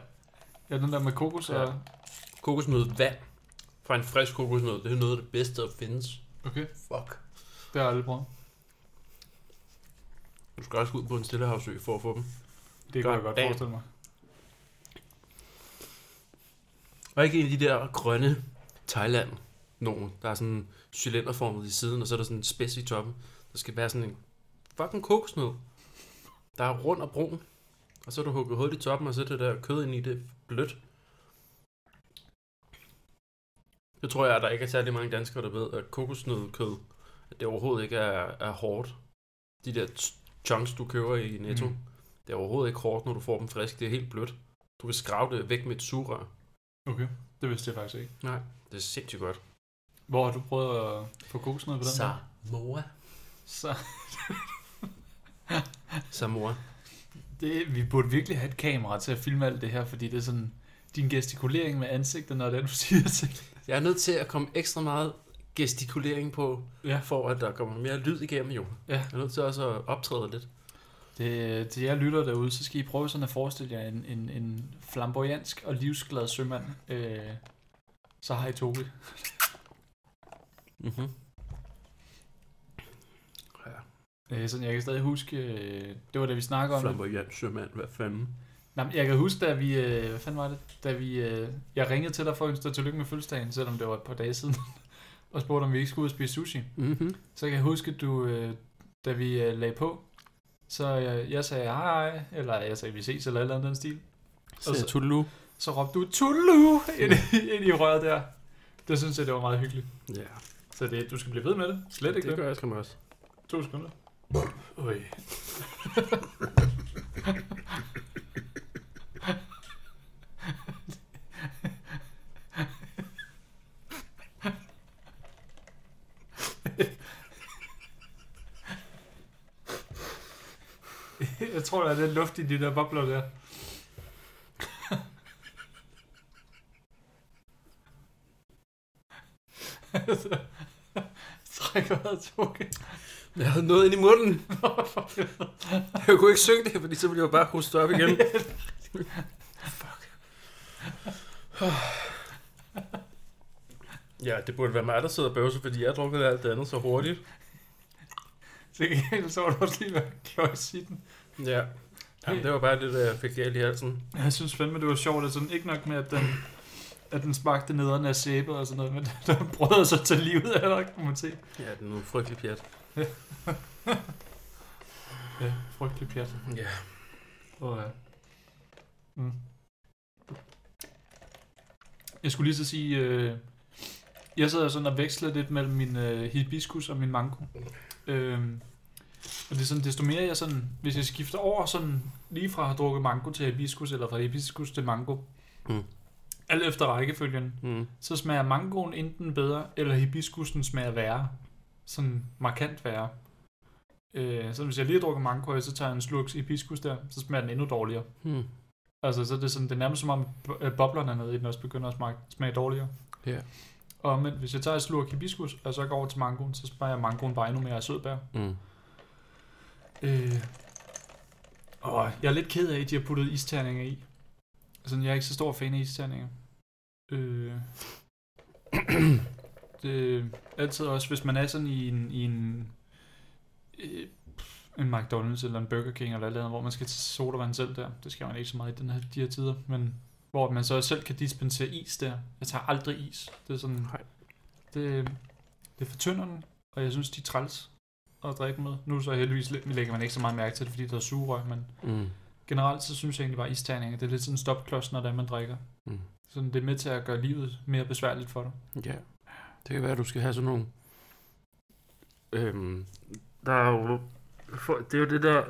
Speaker 1: Ja, den der med kokos og...
Speaker 2: Ja. kokosnød vand fra en frisk kokosnød, det er noget af det bedste, der findes.
Speaker 1: Okay,
Speaker 2: Fuck.
Speaker 1: det har jeg aldrig prøvet.
Speaker 2: Du skal også ud på en stillehavsø for at få dem.
Speaker 1: Det kan jeg godt
Speaker 2: Damn.
Speaker 1: forestille mig.
Speaker 2: Og ikke en af de der grønne Thailand nogen, der er sådan cylinderformet i siden, og så er der sådan en spids i toppen. Der skal være sådan en fucking kokosnød, der er rund og brun. Og så er du hugget hul i toppen, og så er det der kød ind i det blødt. Det tror jeg, at der ikke er særlig mange danskere, der ved, at kokosnødkød, at det overhovedet ikke er, er hårdt. De der ch- chunks, du køber i Netto,
Speaker 1: Mm.
Speaker 2: mm. det er overhovedet ikke hårdt, når du får dem frisk. Det er helt blødt. Du kan skrave det væk med et sugerør.
Speaker 1: Okay, det vidste jeg faktisk ikke.
Speaker 2: Det er sindssygt godt.
Speaker 1: Hvor har du prøvet at få kokosnød på den der?
Speaker 2: Samoa.
Speaker 1: Så.
Speaker 2: Samoa.
Speaker 1: Det, vi burde virkelig have et kamera til at filme alt det her, fordi det er sådan din gestikulering med ansigtet, når det er, du siger ting.
Speaker 2: Jeg er nødt til at komme ekstra meget gestikulering på,
Speaker 1: Ja.
Speaker 2: for at der kommer mere lyd igennem jo.
Speaker 1: Ja.
Speaker 2: Jeg er nødt til også at optræde lidt.
Speaker 1: Det, til jer lytter derude, så skal I prøve sådan at forestille jer en, en, en flamboyansk og livsglad sømand. Øh, så har I Tobi.
Speaker 2: Mm-hmm. Ja,
Speaker 1: Øh, sådan, jeg kan stadig huske, øh, det var da vi snakkede om det.
Speaker 2: flamboyant sømand, hvad fanden.
Speaker 1: Nej, men jeg kan huske, da vi, øh, hvad fanden var det, da vi, øh, jeg ringede til dig for at ønske dig tillykke med fødselsdagen, selvom det var et par dage siden, og spurgte, om vi ikke skulle ud og spise sushi.
Speaker 2: Mm-hmm.
Speaker 1: Så kan jeg huske, at du, øh, da vi øh, lagde på, så øh, jeg sagde hej, hej, eller jeg sagde, vi ses, eller et eller andet i den stil.
Speaker 2: Så
Speaker 1: så-
Speaker 2: tutulu.
Speaker 1: Så råbte du, tullu, ind, i- ind i røret der. Det synes jeg, det var meget hyggeligt.
Speaker 2: Ja,
Speaker 1: Så det, du skal blive ved med det. Slet ikke
Speaker 2: det
Speaker 1: det.
Speaker 2: gør jeg skam også.
Speaker 1: To sekunder. Øj. Jeg tror, der er lidt luft i de der bobler der. Så Trækker vejret, Toge.
Speaker 2: Jeg havde noget ind i munden.
Speaker 1: Nå, for helvede.
Speaker 2: Jeg kunne ikke synge det, fordi så ville jeg jo bare hoste op igen. Fuck. ja, det burde være mig, der sidder og bøvser, fordi jeg drukkede alt det andet så hurtigt.
Speaker 1: Til gengæld så var du også lige ved at kløjs i den.
Speaker 2: Ja. Jamen, det var bare det, der jeg fik galt i halsen.
Speaker 1: Jeg synes fandme, det var sjovt, at sådan ikke nok med, at den, at den smagte nederen af sæbe og sådan noget, men den prøvede så at tage livet af dig, kan man se.
Speaker 2: Ja, det er noget frygteligt pjat.
Speaker 1: Ja, frygtelig pjat.
Speaker 2: Ja.
Speaker 1: Og, ja. mm. Jeg skulle lige så sige, øh, jeg sad sådan og vekslede lidt mellem min øh, hibiskus og min mango. Øhm, og det er sådan, desto mere jeg sådan, hvis jeg skifter over sådan lige fra at have drukket mango til hibiskus, eller fra hibiskus til mango,
Speaker 2: Mm.
Speaker 1: alt efter rækkefølgen,
Speaker 2: Mm.
Speaker 1: så smager mangoen enten bedre, eller hibiskusen smager værre. Sådan markant værre. Øh, så hvis jeg lige drukker mango, og så tager jeg en slurk hibiskus der, så smager den endnu dårligere.
Speaker 2: Mm.
Speaker 1: Altså, så er det, sådan, det er nærmest som om bo- øh, boblerne nede i den også begynder at smage, smage dårligere.
Speaker 2: Ja.
Speaker 1: Og men hvis jeg tager et slurk hibiskus, og så går over til mangoen, så smager mangoen bare endnu mere af sødbær.
Speaker 2: Mm.
Speaker 1: Øh, og jeg er lidt ked af, at de har puttet isterninger i. Sådan, jeg er ikke så stor fan af isterninger. Øh, det er altid også, hvis man er sådan i en, i en, øh, en McDonald's eller en Burger King eller et eller andet, hvor man skal tage sodavand selv der. Det skal man ikke så meget i den her, de her tider, men hvor man så selv kan dispensere is der. Jeg tager aldrig is. Det er sådan,
Speaker 2: Nej.
Speaker 1: det, det fortynder den, og jeg synes, de er træls at drikke med. Nu så heldigvis lidt- lægger man ikke så meget mærke til det, fordi der er sugerøg, men
Speaker 2: Mm.
Speaker 1: generelt så synes jeg egentlig bare, at isterninger, det er lidt sådan en stopklods, når det er, man drikker.
Speaker 2: Mm.
Speaker 1: Sådan, det er med til at gøre livet mere besværligt for dig.
Speaker 2: Ja. Det kan være, at du skal have sådan nogle... Øhm, der er jo... for- Det er jo det der...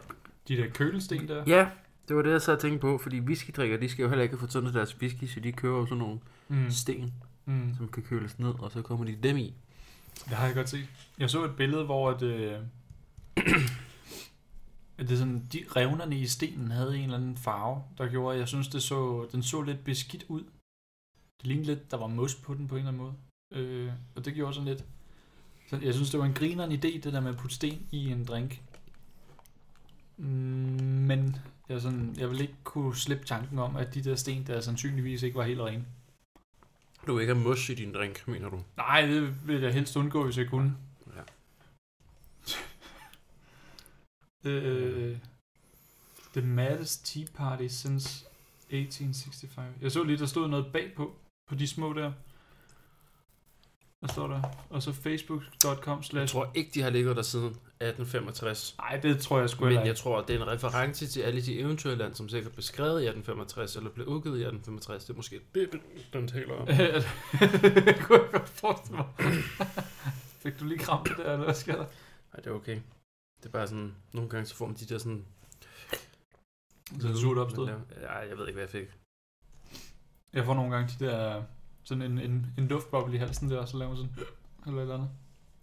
Speaker 1: De der kølesten der.
Speaker 2: Ja, det var det, jeg sad og tænkte på, fordi whiskydrikker, de skal jo heller ikke få tyndet deres whisky, så de kører jo sådan nogle
Speaker 1: Mm.
Speaker 2: mm. sten,
Speaker 1: Mm.
Speaker 2: som kan køles ned, og så kommer de dem i.
Speaker 1: Det har jeg godt set. Jeg så et billede, hvor at, øh, at det er sådan, de revnerne i stenen havde en eller anden farve, der gjorde, at jeg synes, det så, den så lidt beskidt ud. Det lignede lidt, der var mos på den på en eller anden måde. Øh, og det gjorde sådan lidt. Så jeg synes, det var en grineren idé, det der med at putte sten i en drink. Mm, Men jeg, er sådan, jeg vil ikke kunne slippe tanken om, at de der sten der sandsynligvis ikke var helt rene.
Speaker 2: Du vil ikke have mos i din drink, mener du?
Speaker 1: Nej, det vil jeg helst undgå, hvis jeg kunne.
Speaker 2: Ja.
Speaker 1: øh, the maddest tea party since 1865. Jeg så lige, der stod noget bagpå, på de små der. Hvad står der? Og så facebook.com
Speaker 2: Jeg
Speaker 1: slash...
Speaker 2: tror ikke, de har ligget der siden 1865.
Speaker 1: Nej, det tror jeg sgu heller
Speaker 2: Men
Speaker 1: ikke.
Speaker 2: jeg tror, det er en reference til alle de eventyrland, som sikkert blev skrevet i 1865, eller blev udgivet i 1865. Det er måske det, den taler om.
Speaker 1: Øh, det kunne jeg godt forestille mig. Fik du lige krampe der, eller hvad sker der?
Speaker 2: Nej, det er okay. Det er bare sådan, nogle gange så får man de der sådan...
Speaker 1: surt opstød.
Speaker 2: Ja, jeg ved ikke, hvad jeg fik.
Speaker 1: Jeg får nogle gange de der, sådan en, en, en luftboble i halsen der, og så laver man sådan, eller et eller andet.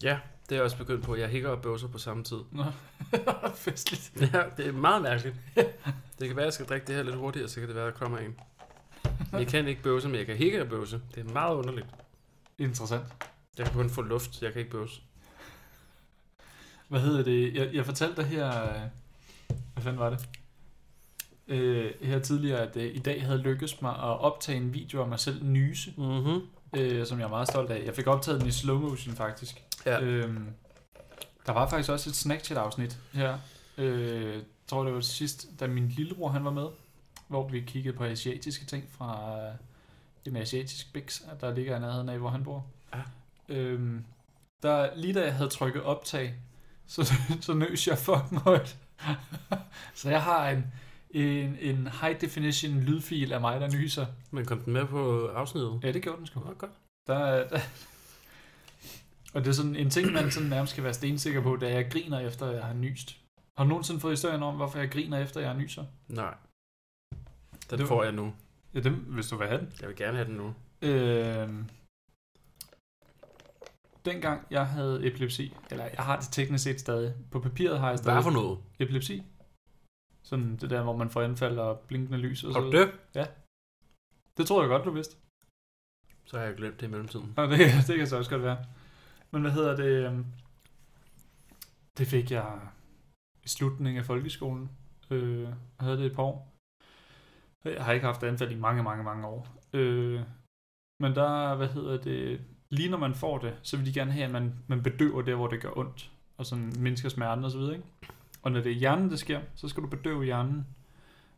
Speaker 2: Ja, det er jeg også begyndt på. Jeg hækker og bøvser på samme tid.
Speaker 1: Nå, festligt.
Speaker 2: Ja, det er meget mærkeligt. Det kan være, at jeg skal drikke det her lidt hurtigere, så kan det være, at der kommer en. Men jeg kan ikke bøvse, men jeg kan hække og bøvse. Det er meget underligt.
Speaker 1: Interessant.
Speaker 2: Jeg kan kun få luft, jeg kan ikke bøvse.
Speaker 1: Hvad hedder det? Jeg, jeg fortalte dig her, øh, hvad hvad fanden var det? Øh, her tidligere, at øh, i dag havde lykkes mig at optage en video af mig selv nyse,
Speaker 2: Mm-hmm.
Speaker 1: øh, som jeg er meget stolt af. Jeg fik optaget den i slow motion faktisk.
Speaker 2: Ja.
Speaker 1: Øhm, der var faktisk også et Snapchat-afsnit her. Øh, jeg tror, det var sidst, da min lillebror han var med, hvor vi kiggede på asiatiske ting fra øh, en asiatisk biks, der ligger i nærheden af, hvor han bor.
Speaker 2: Ja.
Speaker 1: Øhm, der, lige da jeg havde trykket optag, så, så nøs jeg fucking højt. så jeg har en, en, en high definition lydfil af mig, der nyser.
Speaker 2: Men kom den med på afsnittet?
Speaker 1: Ja, det gjorde den sgu.
Speaker 2: Meget godt.
Speaker 1: Der, er- der, og det er sådan en ting, man sådan nærmest skal være stensikker på, da jeg griner efter, at jeg har nyst. Har du nogensinde fået historien om, hvorfor jeg griner efter, at jeg nyser?
Speaker 2: Nej. Den
Speaker 1: Det-
Speaker 2: får jeg nu.
Speaker 1: Ja, dem, hvis du vil have den.
Speaker 2: Jeg vil gerne have den nu.
Speaker 1: Øh, dengang jeg havde epilepsi, eller jeg har det teknisk set stadig. På papiret har jeg stadig
Speaker 2: Hvad for noget?
Speaker 1: epilepsi. Sådan det der, hvor man får anfald og blinkende lys og
Speaker 2: Har
Speaker 1: så
Speaker 2: du
Speaker 1: videre.
Speaker 2: det?
Speaker 1: Det tror jeg godt, du vidste.
Speaker 2: Så har jeg glemt det i mellemtiden.
Speaker 1: Og det, det kan så også godt være. Men hvad hedder det? øhm, Det fik jeg i slutningen af folkeskolen. Øh, jeg havde det et par år. Jeg har ikke haft anfald i mange, mange, mange år. Øh, men der, hvad hedder det, lige når man får det, så vil de gerne have, at man, man bedøver der, hvor det gør ondt. Og sådan mindsker smerten og så videre, ikke? Og når det er hjernen, der sker, så skal du bedøve hjernen.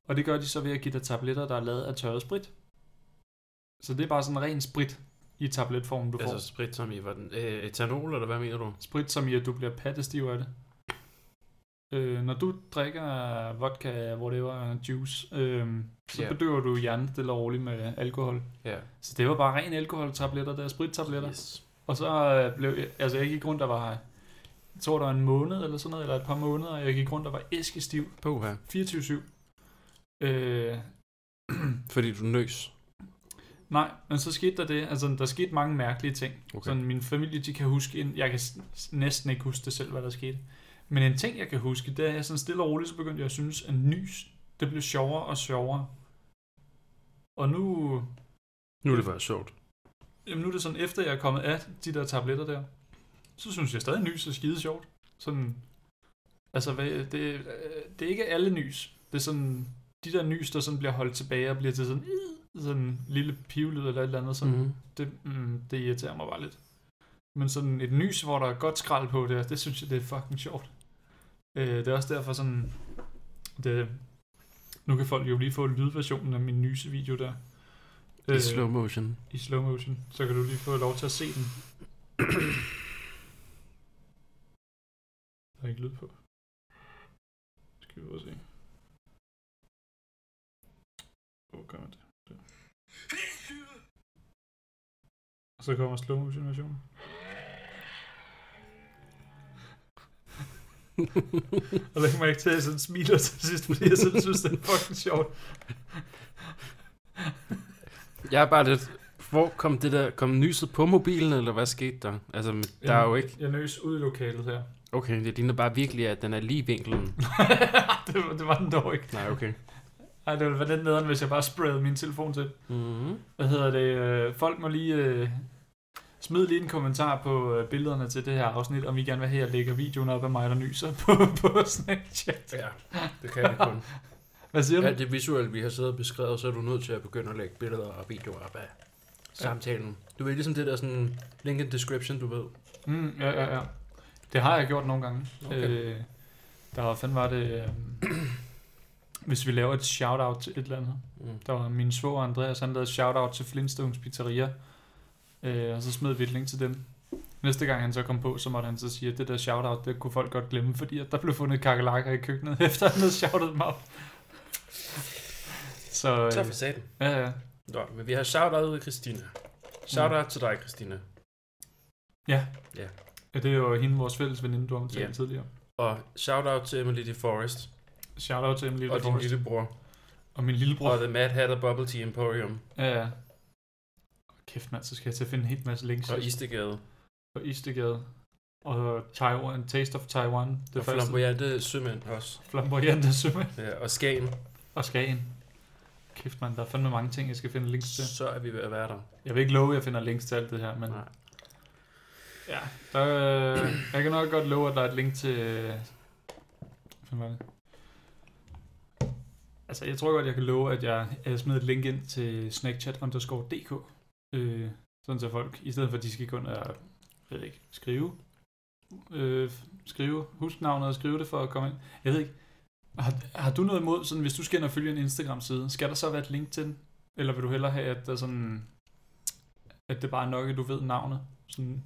Speaker 1: Og det gør de så ved at give dig tabletter, der er lavet af tørret sprit. Så det er bare sådan ren sprit i tabletform, du får.
Speaker 2: Altså sprit som i, var den, øh, etanol, eller hvad mener du?
Speaker 1: Sprit, som i at du bliver pattestiv af det. Øh, når du drikker vodka, whatever, juice, øh, så
Speaker 2: Ja.
Speaker 1: yeah. bedøver du hjernen stille og roligt med alkohol.
Speaker 2: Ja.
Speaker 1: Så det var bare ren alkoholtabletter, der sprittabletter. Yes.
Speaker 2: Yes.
Speaker 1: Og så øh, blev jeg, altså jeg gik rundt, der var, jeg tror der var en måned eller sådan noget, eller et par måneder, og jeg gik rundt, der var æskestiv,
Speaker 2: Puha.
Speaker 1: 24-7. Øh,
Speaker 2: Fordi du nøs.
Speaker 1: nej, men så skete der det, altså der skete mange mærkelige ting. Okay. Sådan, min familie, de kan huske, en, jeg kan s- s- næsten ikke huske det selv, hvad der skete. Men en ting, jeg kan huske, det er, at jeg sådan stille og roligt, så begyndte jeg at synes, at nys, det blev sjovere og sjovere. Og nu,
Speaker 2: Nu er det bare sjovt.
Speaker 1: jamen nu er det sådan, efter jeg er kommet af de der tabletter der, så synes jeg stadig, at nys er skide sjovt. Sådan, altså, hvad, det, øh, det er ikke alle nys. Det er sådan, de der nys, der sådan bliver holdt tilbage og bliver til sådan, "Ih", sådan en lille pivlyd eller et eller andet, sådan,
Speaker 2: Mm-hmm.
Speaker 1: det, mm, det irriterer mig bare lidt. Men sådan et nys, hvor der er godt skrald på der, det synes jeg, det er fucking sjovt. Øh, det er også derfor sådan, det, nu kan folk jo lige få lydversionen af min nysevideo der. Øh.
Speaker 2: I slow motion.
Speaker 1: I slow motion. Så kan du lige få lov til at se den. Der er ikke lyd på. Skal vi prøve at se. Hvor gør man det? Der. Og så kommer slow motion versionen. Og læg mærke til, at jeg sådan smiler til sidst, fordi jeg selv synes, det er fucking sjovt.
Speaker 2: Jeg er bare lidt... Hvor kom det der... Kom nyset på mobilen, eller hvad skete der? Altså, der er jo ikke...
Speaker 1: Jeg nøs ud i lokalet her.
Speaker 2: Okay, det ligner bare virkelig, at den er lige i vinklen.
Speaker 1: det, var, det var den dog ikke.
Speaker 2: Nej, okay.
Speaker 1: Ej, det ville være lidt nederen, hvis jeg bare sprayede min telefon til.
Speaker 2: Mm-hmm.
Speaker 1: Hvad hedder det? øh, Folk må lige... Øh, smid lige en kommentar på øh, billederne til det her afsnit, om I gerne vil have, at jeg lægger videoen op af mig, der nyser på, på Snapchat.
Speaker 2: Ja, det kan vi kun.
Speaker 1: Hvad siger du?
Speaker 2: Alt det visuelle, vi har siddet og beskrevet, så er du nødt til at begynde at lægge billeder og videoer op af samtalen. Du ved ligesom det der sådan LinkedIn description, du ved.
Speaker 1: Mm, ja, ja, ja. Det har jeg gjort nogle gange.
Speaker 2: Okay.
Speaker 1: Okay. Øh, der var fandme var det... Øh, hvis vi laver et shout-out til et eller andet.
Speaker 2: Mm.
Speaker 1: Der var min svoger Andreas, han lavede et shout-out til Flintstones Pizzeria. Øh, og så smed vi et link til dem. Næste gang han så kom på, så måtte han så sige, at det der shout-out, det kunne folk godt glemme, fordi at der blev fundet kakelakker i køkkenet, efter han havde shoutet dem op. Så,
Speaker 2: Tak
Speaker 1: øh,
Speaker 2: for saten.
Speaker 1: ja, ja.
Speaker 2: Nå, men vi har shout-out ud af Christina. Shout-out mm. til dig, Christina.
Speaker 1: Ja, Det er jo hende, vores fælles veninde, du omtalte
Speaker 2: Ja.
Speaker 1: yeah. tidligere.
Speaker 2: Og shout-out til Emily DeForest.
Speaker 1: Shout-out til Emily
Speaker 2: Og din
Speaker 1: DeForest.
Speaker 2: lillebror.
Speaker 1: og min lillebror.
Speaker 2: Og The Mad Hatter Bubble Tea Emporium.
Speaker 1: Ja, ja. Åh, Kæft mand, så skal jeg til at finde en hel masse links.
Speaker 2: Og Istegade.
Speaker 1: og Istegade. Og Taiwan, Taste of Taiwan. Det
Speaker 2: Det
Speaker 1: er
Speaker 2: og
Speaker 1: første.
Speaker 2: flamboyante sømænd også.
Speaker 1: Flamboyante sømænd.
Speaker 2: Ja, og Skagen.
Speaker 1: Og Skagen. Kæft mand, der er fandme mange ting, jeg skal finde links til.
Speaker 2: Så er vi ved at være der.
Speaker 1: Jeg vil ikke love, at jeg finder links til alt det her, men
Speaker 2: Nej.
Speaker 1: ja. Der, øh, jeg kan nok godt love, at der er et link til... øh, Hvad fanden var det? Altså, jeg tror godt, jeg kan love, at jeg, jeg smider et link ind til snackchat underscore dk. Øh, sådan så folk, i stedet for at de skal gå ind og, jeg ved ikke, skrive, øh, skrive, husk navnet og skrive det for at komme ind. Jeg ved ikke, har, har du noget imod, sådan, hvis du skal ind og følge en Instagram-side, skal der så være et link til den? Eller vil du hellere have, at, der sådan, at det bare er nok, at du ved navnet? Sådan,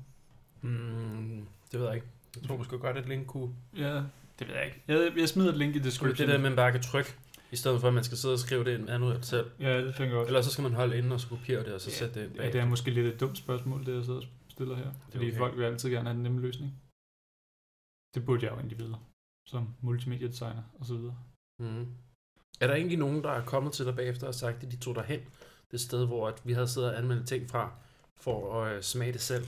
Speaker 2: Mm, det ved jeg ikke. Jeg tror måske godt, at link kunne...
Speaker 1: ja, det ved jeg ikke. Jeg, jeg smider et link i
Speaker 2: Det er
Speaker 1: description.
Speaker 2: det der, man bare kan trykke, i stedet for, at man skal sidde og skrive det ind manuelt selv.
Speaker 1: Ja, det tænker jeg også.
Speaker 2: Eller så skal man holde inden og så kopiere det, og så sætte det ind bag.
Speaker 1: Ja, det er måske lidt et dumt spørgsmål, det jeg sidder og stiller her. Fordi okay.
Speaker 2: okay.
Speaker 1: folk vil altid gerne have den nemme løsning. Det burde jeg jo egentlig vide, som multimediedesigner og så videre.
Speaker 2: Mm. Er der egentlig nogen, der er kommet til dig bagefter og sagt, at de tog dig hen det sted, hvor at vi havde siddet og anmeldt ting fra, for at øh, smage det selv?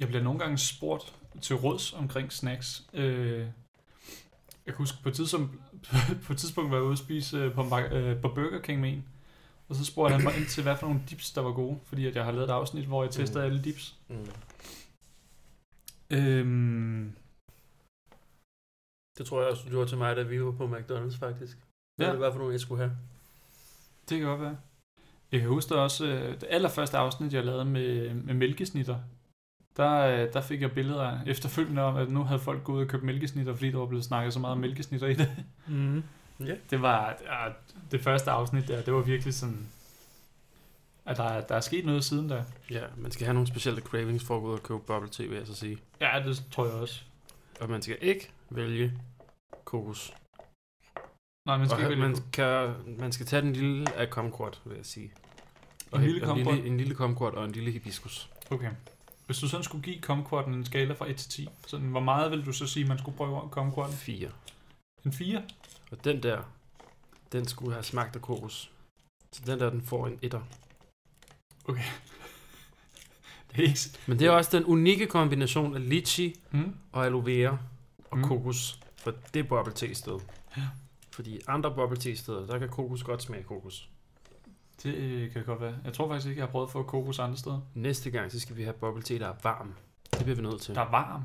Speaker 1: Jeg bliver nogle gange spurgt til råds omkring snacks. Øh, jeg kan huske, på et tidspunkt, på et tidspunkt var jeg ude at spise øh, på, en bar- øh, på Burger King med en, og så spurgte han mig ind til, hvad for nogle dips, der var gode, fordi at jeg har lavet et afsnit, hvor jeg testede alle dips.
Speaker 2: Mm.
Speaker 1: Øhm,
Speaker 2: Det tror jeg også, du gjorde til mig, da vi var på McDonald's faktisk.
Speaker 1: Ja.
Speaker 2: Hvad ja. det var for nogen, jeg skulle have?
Speaker 1: Det kan godt være. Jeg kan huske der også, øh, det allerførste afsnit, jeg lavede med, med mælkesnitter, der, øh, der fik jeg billeder efterfølgende om, at nu havde folk gået ud og købt mælkesnitter, fordi der var blevet snakket så meget om mælkesnitter i det.
Speaker 2: Mm. Ja.
Speaker 1: Det var øh, det første afsnit der, det var virkelig sådan, at der, er- der er sket noget siden der.
Speaker 2: ja, man skal have nogle specielle cravings for at gå ud og købe bubble tea, vil jeg så sige.
Speaker 1: Ja, det tror jeg også.
Speaker 2: Og man skal ikke vælge kokos.
Speaker 1: Nej, man skal
Speaker 2: og,
Speaker 1: ikke
Speaker 2: man,
Speaker 1: vælge.
Speaker 2: kan, man skal tage den lille af komkort, vil jeg sige.
Speaker 1: En lille
Speaker 2: og en,
Speaker 1: kumquat?
Speaker 2: lille, en lille komkort og en lille hibiskus.
Speaker 1: Okay. Hvis du sådan skulle give Comquarten en skala fra 1 til 10, sådan, hvor meget vil du så sige, man skulle prøve Comquarten?
Speaker 2: Fire.
Speaker 1: En 4?
Speaker 2: Og den der, den skulle have smagt af kokos. Så den der, den får en etter.
Speaker 1: Det er ikke... s-
Speaker 2: Men det er også den unikke kombination af litchi
Speaker 1: Hmm?
Speaker 2: og aloe vera og
Speaker 1: Mm.
Speaker 2: mm. kokos for det bubble tea sted.
Speaker 1: Ja.
Speaker 2: Fordi andre bubble tea steder, der kan kokos godt smage kokos.
Speaker 1: Det øh, kan godt være. Jeg tror faktisk ikke, jeg har prøvet at få kokos andre steder.
Speaker 2: Næste gang, så skal vi have bubble tea, der er varm. Det bliver vi nødt til.
Speaker 1: Der er varm.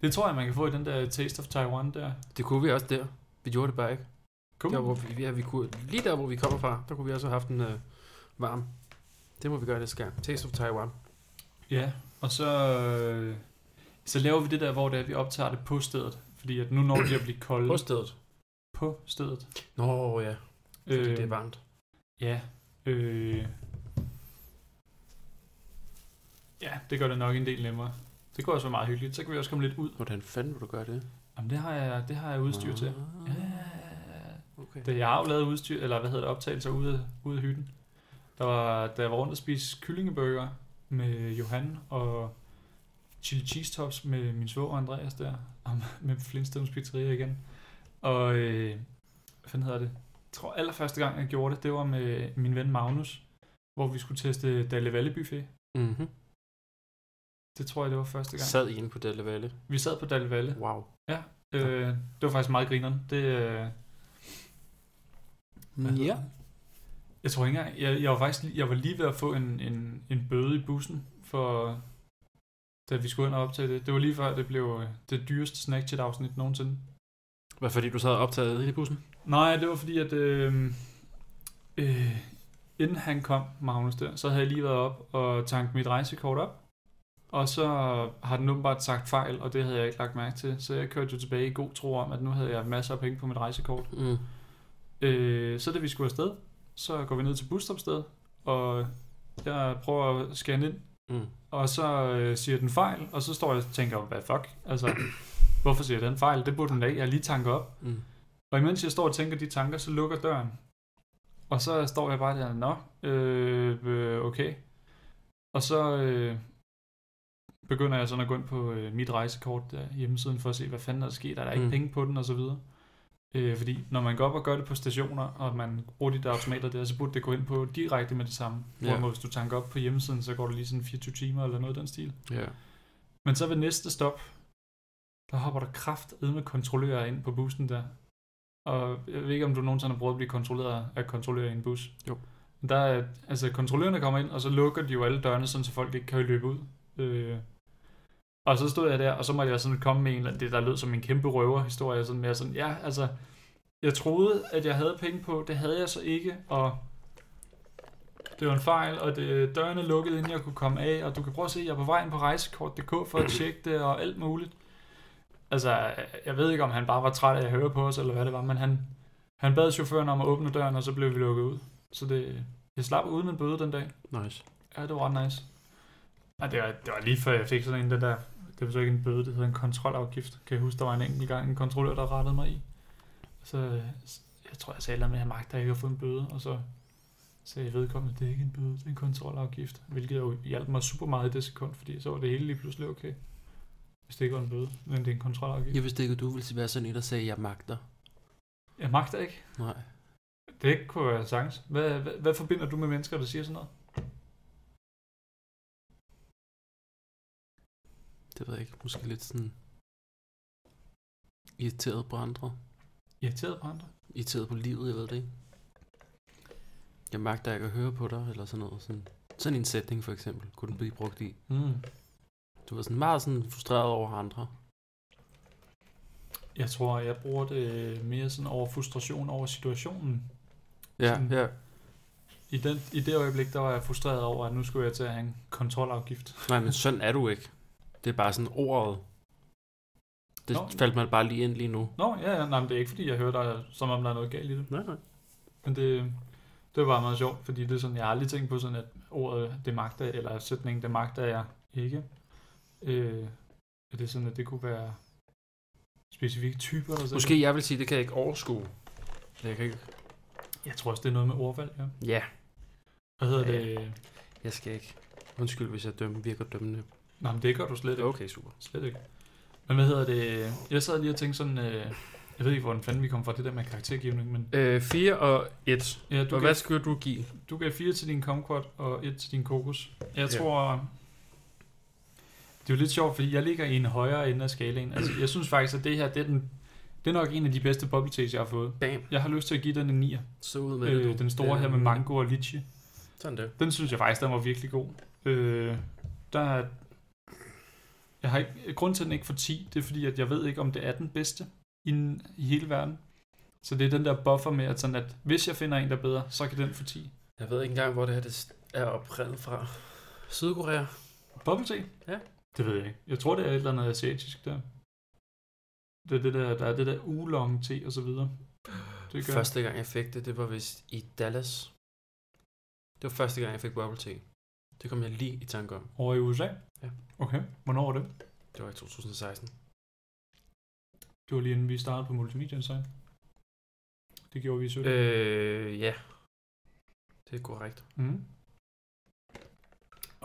Speaker 1: Det tror jeg, man kan få i den der Taste of Taiwan der.
Speaker 2: Det kunne vi også der. Vi gjorde det bare ikke.
Speaker 1: Cool.
Speaker 2: Der, hvor vi, ja, vi kunne, lige der, hvor vi kommer fra, der kunne vi også have haft en øh, varm. Det må vi gøre næste gang. Taste of Taiwan.
Speaker 1: Ja, og så, øh, så laver vi det der, hvor det er, vi optager det på stedet. Fordi at nu når de at blive kolde
Speaker 2: På stedet.
Speaker 1: på stedet.
Speaker 2: Nå ja, fordi øh. det er varmt.
Speaker 1: Ja. Øh, ja, det gør det nok en del nemmere. Det kunne også være meget hyggeligt. Så kan vi også komme lidt ud.
Speaker 2: Hvordan fanden vil du gøre det?
Speaker 1: Jamen, det har jeg, det har jeg udstyr til.
Speaker 2: Ah,
Speaker 1: Ja, ja, ja.
Speaker 2: Okay.
Speaker 1: Da jeg har jo lavet udstyr, eller hvad hedder det, optagelser ude, ude af hytten. Der var, da jeg var rundt og spise kyllingebøger med Johan og chili cheese tops med min svoger Andreas der, og med Flintstones pizzeria igen. Og øh, hvad fanden hedder det? Jeg tror allerførste gang, jeg gjorde det, det var med min ven Magnus, hvor vi skulle teste Dalle Valle Buffet.
Speaker 2: Mm-hmm.
Speaker 1: Det tror jeg, det var første gang. Så...
Speaker 2: Sad I inde på Dalle Valle.
Speaker 1: Vi sad på Dalle Valle.
Speaker 2: Wow.
Speaker 1: Øh, det var faktisk meget grineren. Det, øh, Hvad hedder
Speaker 2: Ja.
Speaker 1: det? Jeg tror ikke engang, jeg, jeg var faktisk lige- jeg var lige ved at få en, en, en bøde i bussen, for da vi skulle ind og optage det. Det var lige før, det blev øh, det dyreste Snapchat-afsnit nogensinde.
Speaker 2: Hvad fordi du sad optaget inde i bussen?
Speaker 1: Nej, det var fordi, at øh, øh, inden han kom, Magnus der, så havde jeg lige været op og tanket mit rejsekort op. Og så har den åbenbart sagt fejl, og det havde jeg ikke lagt mærke til. Så jeg kørte jo tilbage i god tro om, at nu havde jeg masser af penge på mit rejsekort.
Speaker 2: Mm.
Speaker 1: Øh, så da vi skulle afsted, så går vi ned til busstopstedet, og jeg prøver at scanne ind,
Speaker 2: Mm.
Speaker 1: og så øh, siger den fejl, og så står jeg og tænker, hvad fuck, altså, hvorfor siger den fejl? Det burde den da ikke, jeg lige tanker op.
Speaker 2: Mm.
Speaker 1: Og imens jeg står og tænker de tanker, så lukker døren. Og så står jeg bare der, nå, øh, øh, okay. Og så øh, begynder jeg sådan at gå ind på øh, mit rejsekort der hjemmesiden for at se, hvad fanden der er sket, er der ikke
Speaker 2: Mm.
Speaker 1: penge på den og så videre. Øh, fordi når man går op og gør det på stationer, og man bruger de der automater der, så burde det gå ind på direkte med det samme.
Speaker 2: Ja.
Speaker 1: Hvorimod hvis du tanker op på hjemmesiden, så går det lige sådan 24 timer eller noget i den stil.
Speaker 2: Ja.
Speaker 1: Men så ved næste stop, der hopper der kraft med kontrollører ind på bussen der. Og jeg ved ikke, om du nogensinde har prøvet at blive kontrolleret af kontrollører i en bus.
Speaker 2: Jo.
Speaker 1: Men Der er, altså kontrollørerne kommer ind, og så lukker de jo alle dørene, sådan, så folk ikke kan løbe ud. Øh. Og så stod jeg der, og så måtte jeg sådan komme med en eller anden, det der lød som en kæmpe røverhistorie, sådan mere sådan, ja, altså, Jeg troede, at jeg havde penge på. Det havde jeg så ikke, og det var en fejl, og det, dørene lukkede, inden jeg kunne komme af, og du kan prøve at se, jeg er på vejen på rejsekort.dk for at tjekke det, og alt muligt. Altså, jeg ved ikke, om han bare var træt af at høre på os, eller hvad det var, men han, han bad chaufføren om at åbne døren, og så blev vi lukket ud. Så det, jeg slap uden en bøde den dag.
Speaker 2: Nice.
Speaker 1: Ja, det var ret nice. Ej, det, var, det var lige før jeg fik sådan en, den der, det var så ikke en bøde, det hedder en kontrolafgift. Kan jeg huske, der var en enkelt gang en kontrollør, der rettede mig i. Så øh, jeg tror, jeg sagde et eller andet med, at jeg magter ikke at få en bøde, og så sagde jeg vedkommende, det er ikke en bøde, det er en kontrolafgift. Hvilket jo hjalp mig super meget i det sekund, fordi så var det hele lige pludselig okay. Hvis det ikke var en bøde, men det er en kontrolafgift.
Speaker 2: Jeg vidste ikke, at du ville være sådan en, der sagde, at jeg magter.
Speaker 1: Jeg magter ikke.
Speaker 2: Nej.
Speaker 1: Det kunne være sagtens. Hvad, hvad, hvad forbinder du med mennesker, der siger sådan noget?
Speaker 2: Det ved jeg ikke. Måske lidt sådan... Irriteret på andre.
Speaker 1: Irriteret på andre?
Speaker 2: Irriteret på livet, jeg ved det ikke. Jeg magter ikke at høre på dig, eller sådan noget. Sådan, sådan en sætning, for eksempel, kunne den blive brugt i.
Speaker 1: Mm.
Speaker 2: Du var sådan meget sådan frustreret over andre.
Speaker 1: Jeg tror, jeg bruger det øh, mere sådan over frustration over situationen.
Speaker 2: Ja,
Speaker 1: Sådan-
Speaker 2: ja.
Speaker 1: I, den, I det øjeblik, der var jeg frustreret over, at nu skulle jeg til at have en kontrolafgift.
Speaker 2: Nej, men sådan er du ikke. Det er bare sådan ordet. Det
Speaker 1: Nå.
Speaker 2: Nå. faldt man bare lige ind lige nu.
Speaker 1: Nå, ja, ja, nej, men det er ikke fordi, jeg hører dig, som om der er noget galt i det.
Speaker 2: Nej, nej.
Speaker 1: Men det, det var bare meget sjovt, fordi det er sådan, jeg har aldrig tænkt på sådan, at ordet, det magter, eller sætningen, det magter jeg ikke. Øh, er det sådan, at det kunne være specifikke typer, der sagde
Speaker 2: Måske jeg vil sige, det kan jeg ikke overskue. Jeg kan ikke...
Speaker 1: det? Jeg tror også, det er noget med ordvalg, ja.
Speaker 2: Ja,
Speaker 1: Hvad hedder
Speaker 2: Ja,
Speaker 1: ja. det?
Speaker 2: jeg skal ikke. Undskyld, hvis jeg dømme, virker dømmende.
Speaker 1: Nej, men det gør du slet ikke.
Speaker 2: Okay, super.
Speaker 1: Slet ikke. Men hvad hedder det? Jeg sad lige og tænkte sådan, øh, jeg ved ikke, hvordan fanden vi kom fra det der med karaktergivning, men
Speaker 2: Øh, 4 og 1.
Speaker 1: ja, du,
Speaker 2: Og
Speaker 1: gav,
Speaker 2: hvad skulle du give?
Speaker 1: du gav fire til din Comquat og et til din Kokos. Jeg
Speaker 2: Ja.
Speaker 1: tror, det er jo lidt sjovt, fordi jeg ligger i en højere ende af skalaen. Altså, jeg synes faktisk, at det her, det er, den, det er nok en af de bedste bubble teas, jeg har fået.
Speaker 2: Bam.
Speaker 1: Jeg har lyst til at give den en 9'er.
Speaker 2: Så ud med det,
Speaker 1: Øh,
Speaker 2: du.
Speaker 1: den store
Speaker 2: Øh,
Speaker 1: her med mango og litchi.
Speaker 2: Sådan det.
Speaker 1: Den synes jeg faktisk, den var virkelig god. Øh, der er, jeg har ikke, grunden til, at den ikke får 10, det er fordi, at jeg ved ikke, om det er den bedste i, den- i hele verden. Så det er den der buffer med, at, sådan at hvis jeg finder en, der er bedre, så kan den få 10.
Speaker 2: Jeg ved ikke engang, hvor det her det er oprindet fra. Sydkorea.
Speaker 1: Bubble tea?
Speaker 2: Ja.
Speaker 1: Det ved jeg ikke. Jeg tror, det er et eller andet asiatisk der. Det er det der, der er det der oolong te og så videre. Det gør.
Speaker 2: Første gang, jeg fik det, det var vist i Dallas. Det var første gang, jeg fik bubble tea. Det kom jeg lige i tanke om.
Speaker 1: Over i USA?
Speaker 2: Ja.
Speaker 1: Okay. Hvornår var det?
Speaker 2: Det var i 2016.
Speaker 1: Det var lige inden vi startede på multimedia, så. Det gjorde vi i 17.
Speaker 2: Øh, ja. Det er korrekt.
Speaker 1: Mm.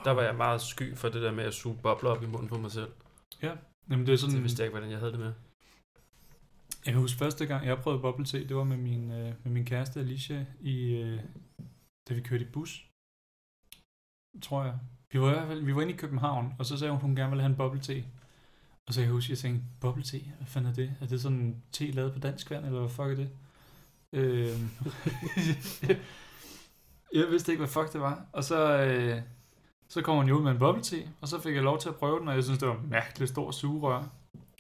Speaker 2: Der var jeg meget sky for det der med at suge bobler op i munden på mig selv.
Speaker 1: Jamen, det er
Speaker 2: Så
Speaker 1: sådan,
Speaker 2: vidste jeg ikke, hvordan jeg havde det med.
Speaker 1: Jeg kan huske første gang, jeg prøvede bubble tea, det var med min, øh, med min kæreste Alicia, i, øh, da vi kørte i bus, tror jeg. Vi var i hvert fald vi var inde i København, og så sagde hun, hun gerne ville have en bubble tea. Og så kan jeg huske, jeg tænkte, bubble tea, hvad fanden er det? Er det sådan en te lavet på dansk vand, eller hvad fuck er det? Øh, jeg vidste ikke, hvad fuck det var. Og så, øh, så kom hun jo ud med en bubble tea, og så fik jeg lov til at prøve den, og jeg synes, det var en mærkelig stor sugerør.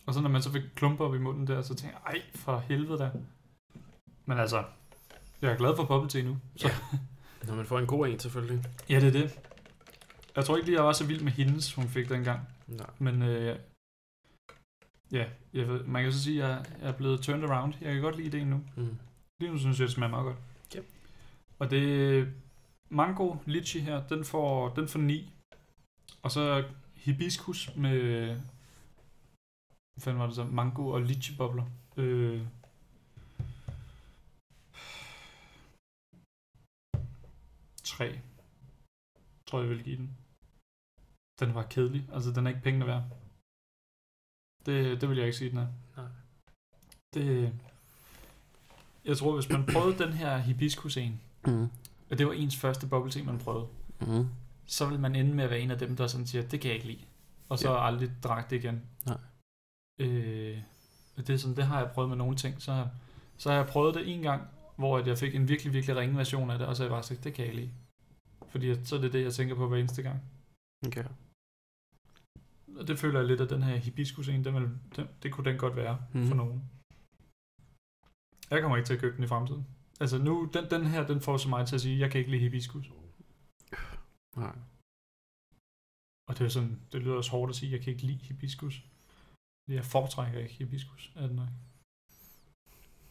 Speaker 1: Og så når man så fik klumper op i munden der, så tænkte jeg, ej, for helvede da. Men altså, jeg er glad for bubble tea nu. Så. Ja.
Speaker 2: Når man får en god en, selvfølgelig.
Speaker 1: ja, det er det. Jeg tror ikke lige, jeg var så vild med hendes, hun fik dengang.
Speaker 2: Nej.
Speaker 1: Men øh, ja, jeg ved, man kan så sige, at jeg, jeg er blevet turned around. Jeg kan godt lide ideen nu.
Speaker 2: Mm.
Speaker 1: Lige nu synes jeg, det smager meget godt.
Speaker 2: Ja.
Speaker 1: Og det mango litchi her, den får, den får 9. Og så hibiskus med, hvad fanden var det så, mango og litchi bobler. Øh, tre. Tror jeg, vil give den. Den var kedelig. Altså, den er ikke pengene værd. Det, det vil jeg ikke sige, den er.
Speaker 2: Nej.
Speaker 1: Det, jeg tror, hvis man prøvede den her hibiskus en,
Speaker 2: Mm.
Speaker 1: og det var ens første bubble tea, man prøvede,
Speaker 2: Mm.
Speaker 1: så vil man ende med at være en af dem, der sådan siger, det kan jeg ikke lide. Og så
Speaker 2: Ja.
Speaker 1: ja. aldrig drak det igen.
Speaker 2: Nej.
Speaker 1: Øh, og det, er sådan, det har jeg prøvet med nogle ting. Så, har- så har jeg prøvet det en gang, hvor at jeg fik en virkelig, virkelig ringe version af det, og så har jeg bare sagt, det kan jeg ikke lide. Fordi at- så er det det, jeg tænker på hver eneste gang.
Speaker 2: Okay.
Speaker 1: Og det føler jeg lidt, at den her hibiskus en, den vil, den, det kunne den godt være mm.
Speaker 2: Mhm.
Speaker 1: for nogen. Jeg kommer ikke til at købe den i fremtiden. Altså nu, den, den her, den får så mig til at sige, jeg kan ikke lide hibiskus.
Speaker 2: Nej.
Speaker 1: Og det er sådan, det lyder også hårdt at sige, jeg kan ikke lide hibiskus. Fordi Jeg foretrækker ikke hibiskus, er det nok.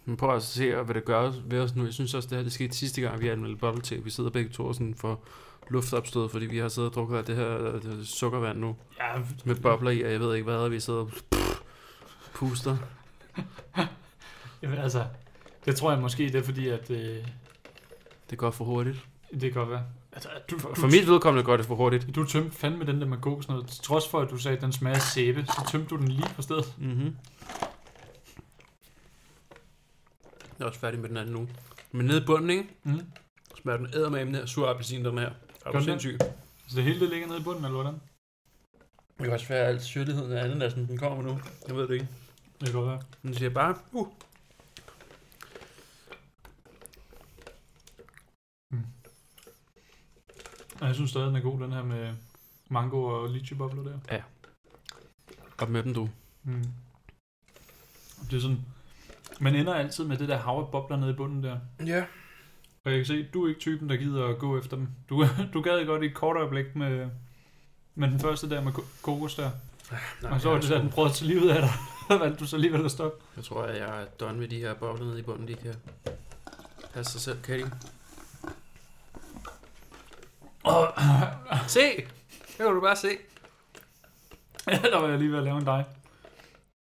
Speaker 2: Men prøv at se, hvad det gør ved os nu. Jeg synes også, det her det skete sidste gang, vi anmeldte bottle tea. Vi sidder begge to og sådan for luftopstød, fordi vi har siddet og drukket af det her øh, det sukkervand nu.
Speaker 1: Ja,
Speaker 2: Med bobler i, og jeg ved ikke hvad, og vi sidder og puster.
Speaker 1: Jamen, altså, det tror jeg måske, det er fordi, at øh,
Speaker 2: Det går for hurtigt.
Speaker 1: det kan godt være. Altså, at du,
Speaker 2: For mit vedkommende går det for hurtigt.
Speaker 1: Du tømte fandme den der med god sådan noget. Til trods for, at du sagde, at den smager af sæbe, så tømte du den lige på stedet.
Speaker 2: Mm-hmm. Jeg er også færdig med den anden nu. Men nede i bunden, ikke?
Speaker 1: Mm.
Speaker 2: Smager den eddermame den her sur appelsin, den her. Er
Speaker 1: Gør
Speaker 2: du
Speaker 1: den
Speaker 2: sindssyg?
Speaker 1: Så Altså, det hele det ligger nede i bunden, eller hvordan?
Speaker 2: Det kan også være at al syrligheden af ananasen, den kommer nu. Jeg ved det ikke.
Speaker 1: Det kan godt være.
Speaker 2: Den siger bare, uh.
Speaker 1: Og jeg synes stadig, den er god, den her med mango og lychee-bobler der.
Speaker 2: Op med dem, du.
Speaker 1: Mm. Det er sådan... Man ender altid med det der hav af bobler nede i bunden der.
Speaker 2: Ja.
Speaker 1: Og jeg kan se, du er ikke typen, der gider at gå efter dem. Du, du gad godt i et kort øjeblik med, med den første der med ko- kokos der.
Speaker 2: Nej,
Speaker 1: og så var det der, den prøvede at tage livet af dig. Der valgte du så alligevel at stoppe.
Speaker 2: Jeg tror, at jeg er done med de her bobler nede i bunden. De kan passe sig selv, kan de? se! Det kan du bare se.
Speaker 1: Ja, der var jeg lige ved at lave en dig.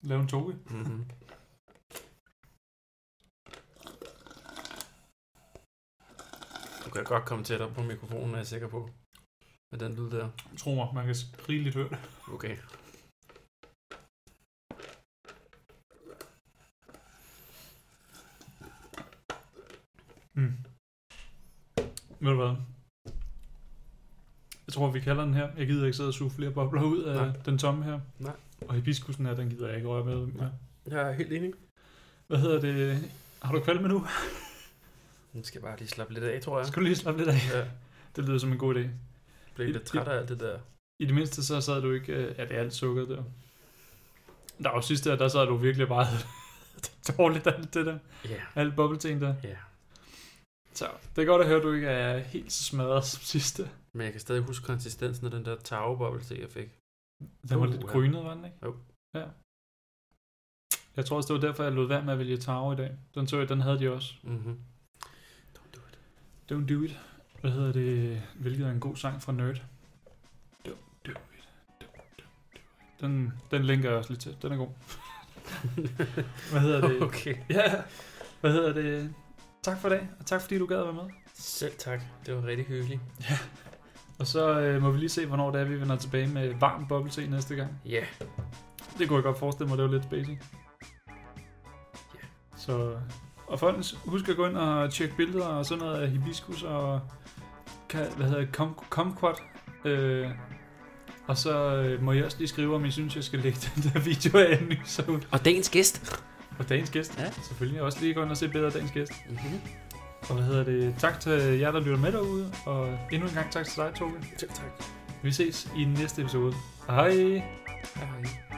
Speaker 1: Lave en toge.
Speaker 2: Mm-hmm. Du kan godt komme tættere på mikrofonen, er jeg sikker på. Med den lyd der.
Speaker 1: Tro mig, man kan rigeligt høre det.
Speaker 2: Okay.
Speaker 1: Mm. Ved du hvad? Jeg tror, vi kalder den her. Jeg gider ikke sidde og suge flere bobler ud af
Speaker 2: Nej.
Speaker 1: Nej. den tomme her.
Speaker 2: Nej.
Speaker 1: Og hibiskusen her, den gider jeg ikke røre med.
Speaker 2: Nej. Jeg er helt enig.
Speaker 1: Hvad hedder det? Har du kvalme nu?
Speaker 2: Den skal bare lige slappe lidt af, tror jeg.
Speaker 1: Skal du lige slappe lidt af?
Speaker 2: Ja,
Speaker 1: Det lyder som en god idé.
Speaker 2: blev lidt træt af alt det der.
Speaker 1: I det mindste så sad du ikke, øh, at det er alt sukkeret der. Der var jo sidste her, der sad du virkelig bare det er dårligt alt det der.
Speaker 2: Ja.
Speaker 1: Alt bobbelting der.
Speaker 2: Ja.
Speaker 1: Så det er godt at høre, at du ikke er helt så smadret som sidste.
Speaker 2: Men jeg kan stadig huske konsistensen af den der tagebobbelse, jeg fik.
Speaker 1: Den var
Speaker 2: Uh,
Speaker 1: lidt
Speaker 2: ja.
Speaker 1: grynet, var den ikke?
Speaker 2: Jo.
Speaker 1: Ja. Jeg tror også, det var derfor, jeg lod være med at vælge Taro i dag. Den så jeg, den havde de også.
Speaker 2: Mm-hmm.
Speaker 1: Don't do it. Hvad hedder det? Hvilket er en god sang fra Nerd. Don't do it. Don't do it. Den, den linker jeg også lidt til. Den er god. Hvad hedder det?
Speaker 2: okay.
Speaker 1: Ja. Hvad hedder det? Tak for i dag, og tak fordi du gad at være med.
Speaker 2: Selv tak. Det var rigtig hyggeligt.
Speaker 1: Og så øh, må vi lige se, hvornår det er, vi vender tilbage med varm bubble tea næste gang.
Speaker 2: Ja.
Speaker 1: Det kunne jeg godt forestille mig, det var lidt basic.
Speaker 2: Ja.
Speaker 1: Så, og folkens, husk at gå ind og tjekke billeder og sådan noget af hibiskus og ka- hvad hedder det, kom, kumquat. Øh, og så øh, må jeg også lige skrive, om I synes, jeg skal lægge den der video af en ny så ud.
Speaker 2: Og dagens gæst.
Speaker 1: Og dagens gæst.
Speaker 2: Ja.
Speaker 1: Selvfølgelig også lige gå ind og se billeder af dagens gæst.
Speaker 2: Mm-hmm.
Speaker 1: Og hvad hedder det? Tak til jer, der lytter med derude. Og endnu en gang tak til dig, Toge.
Speaker 2: Selv tak.
Speaker 1: Vi ses i næste episode. Hej!
Speaker 2: Hej.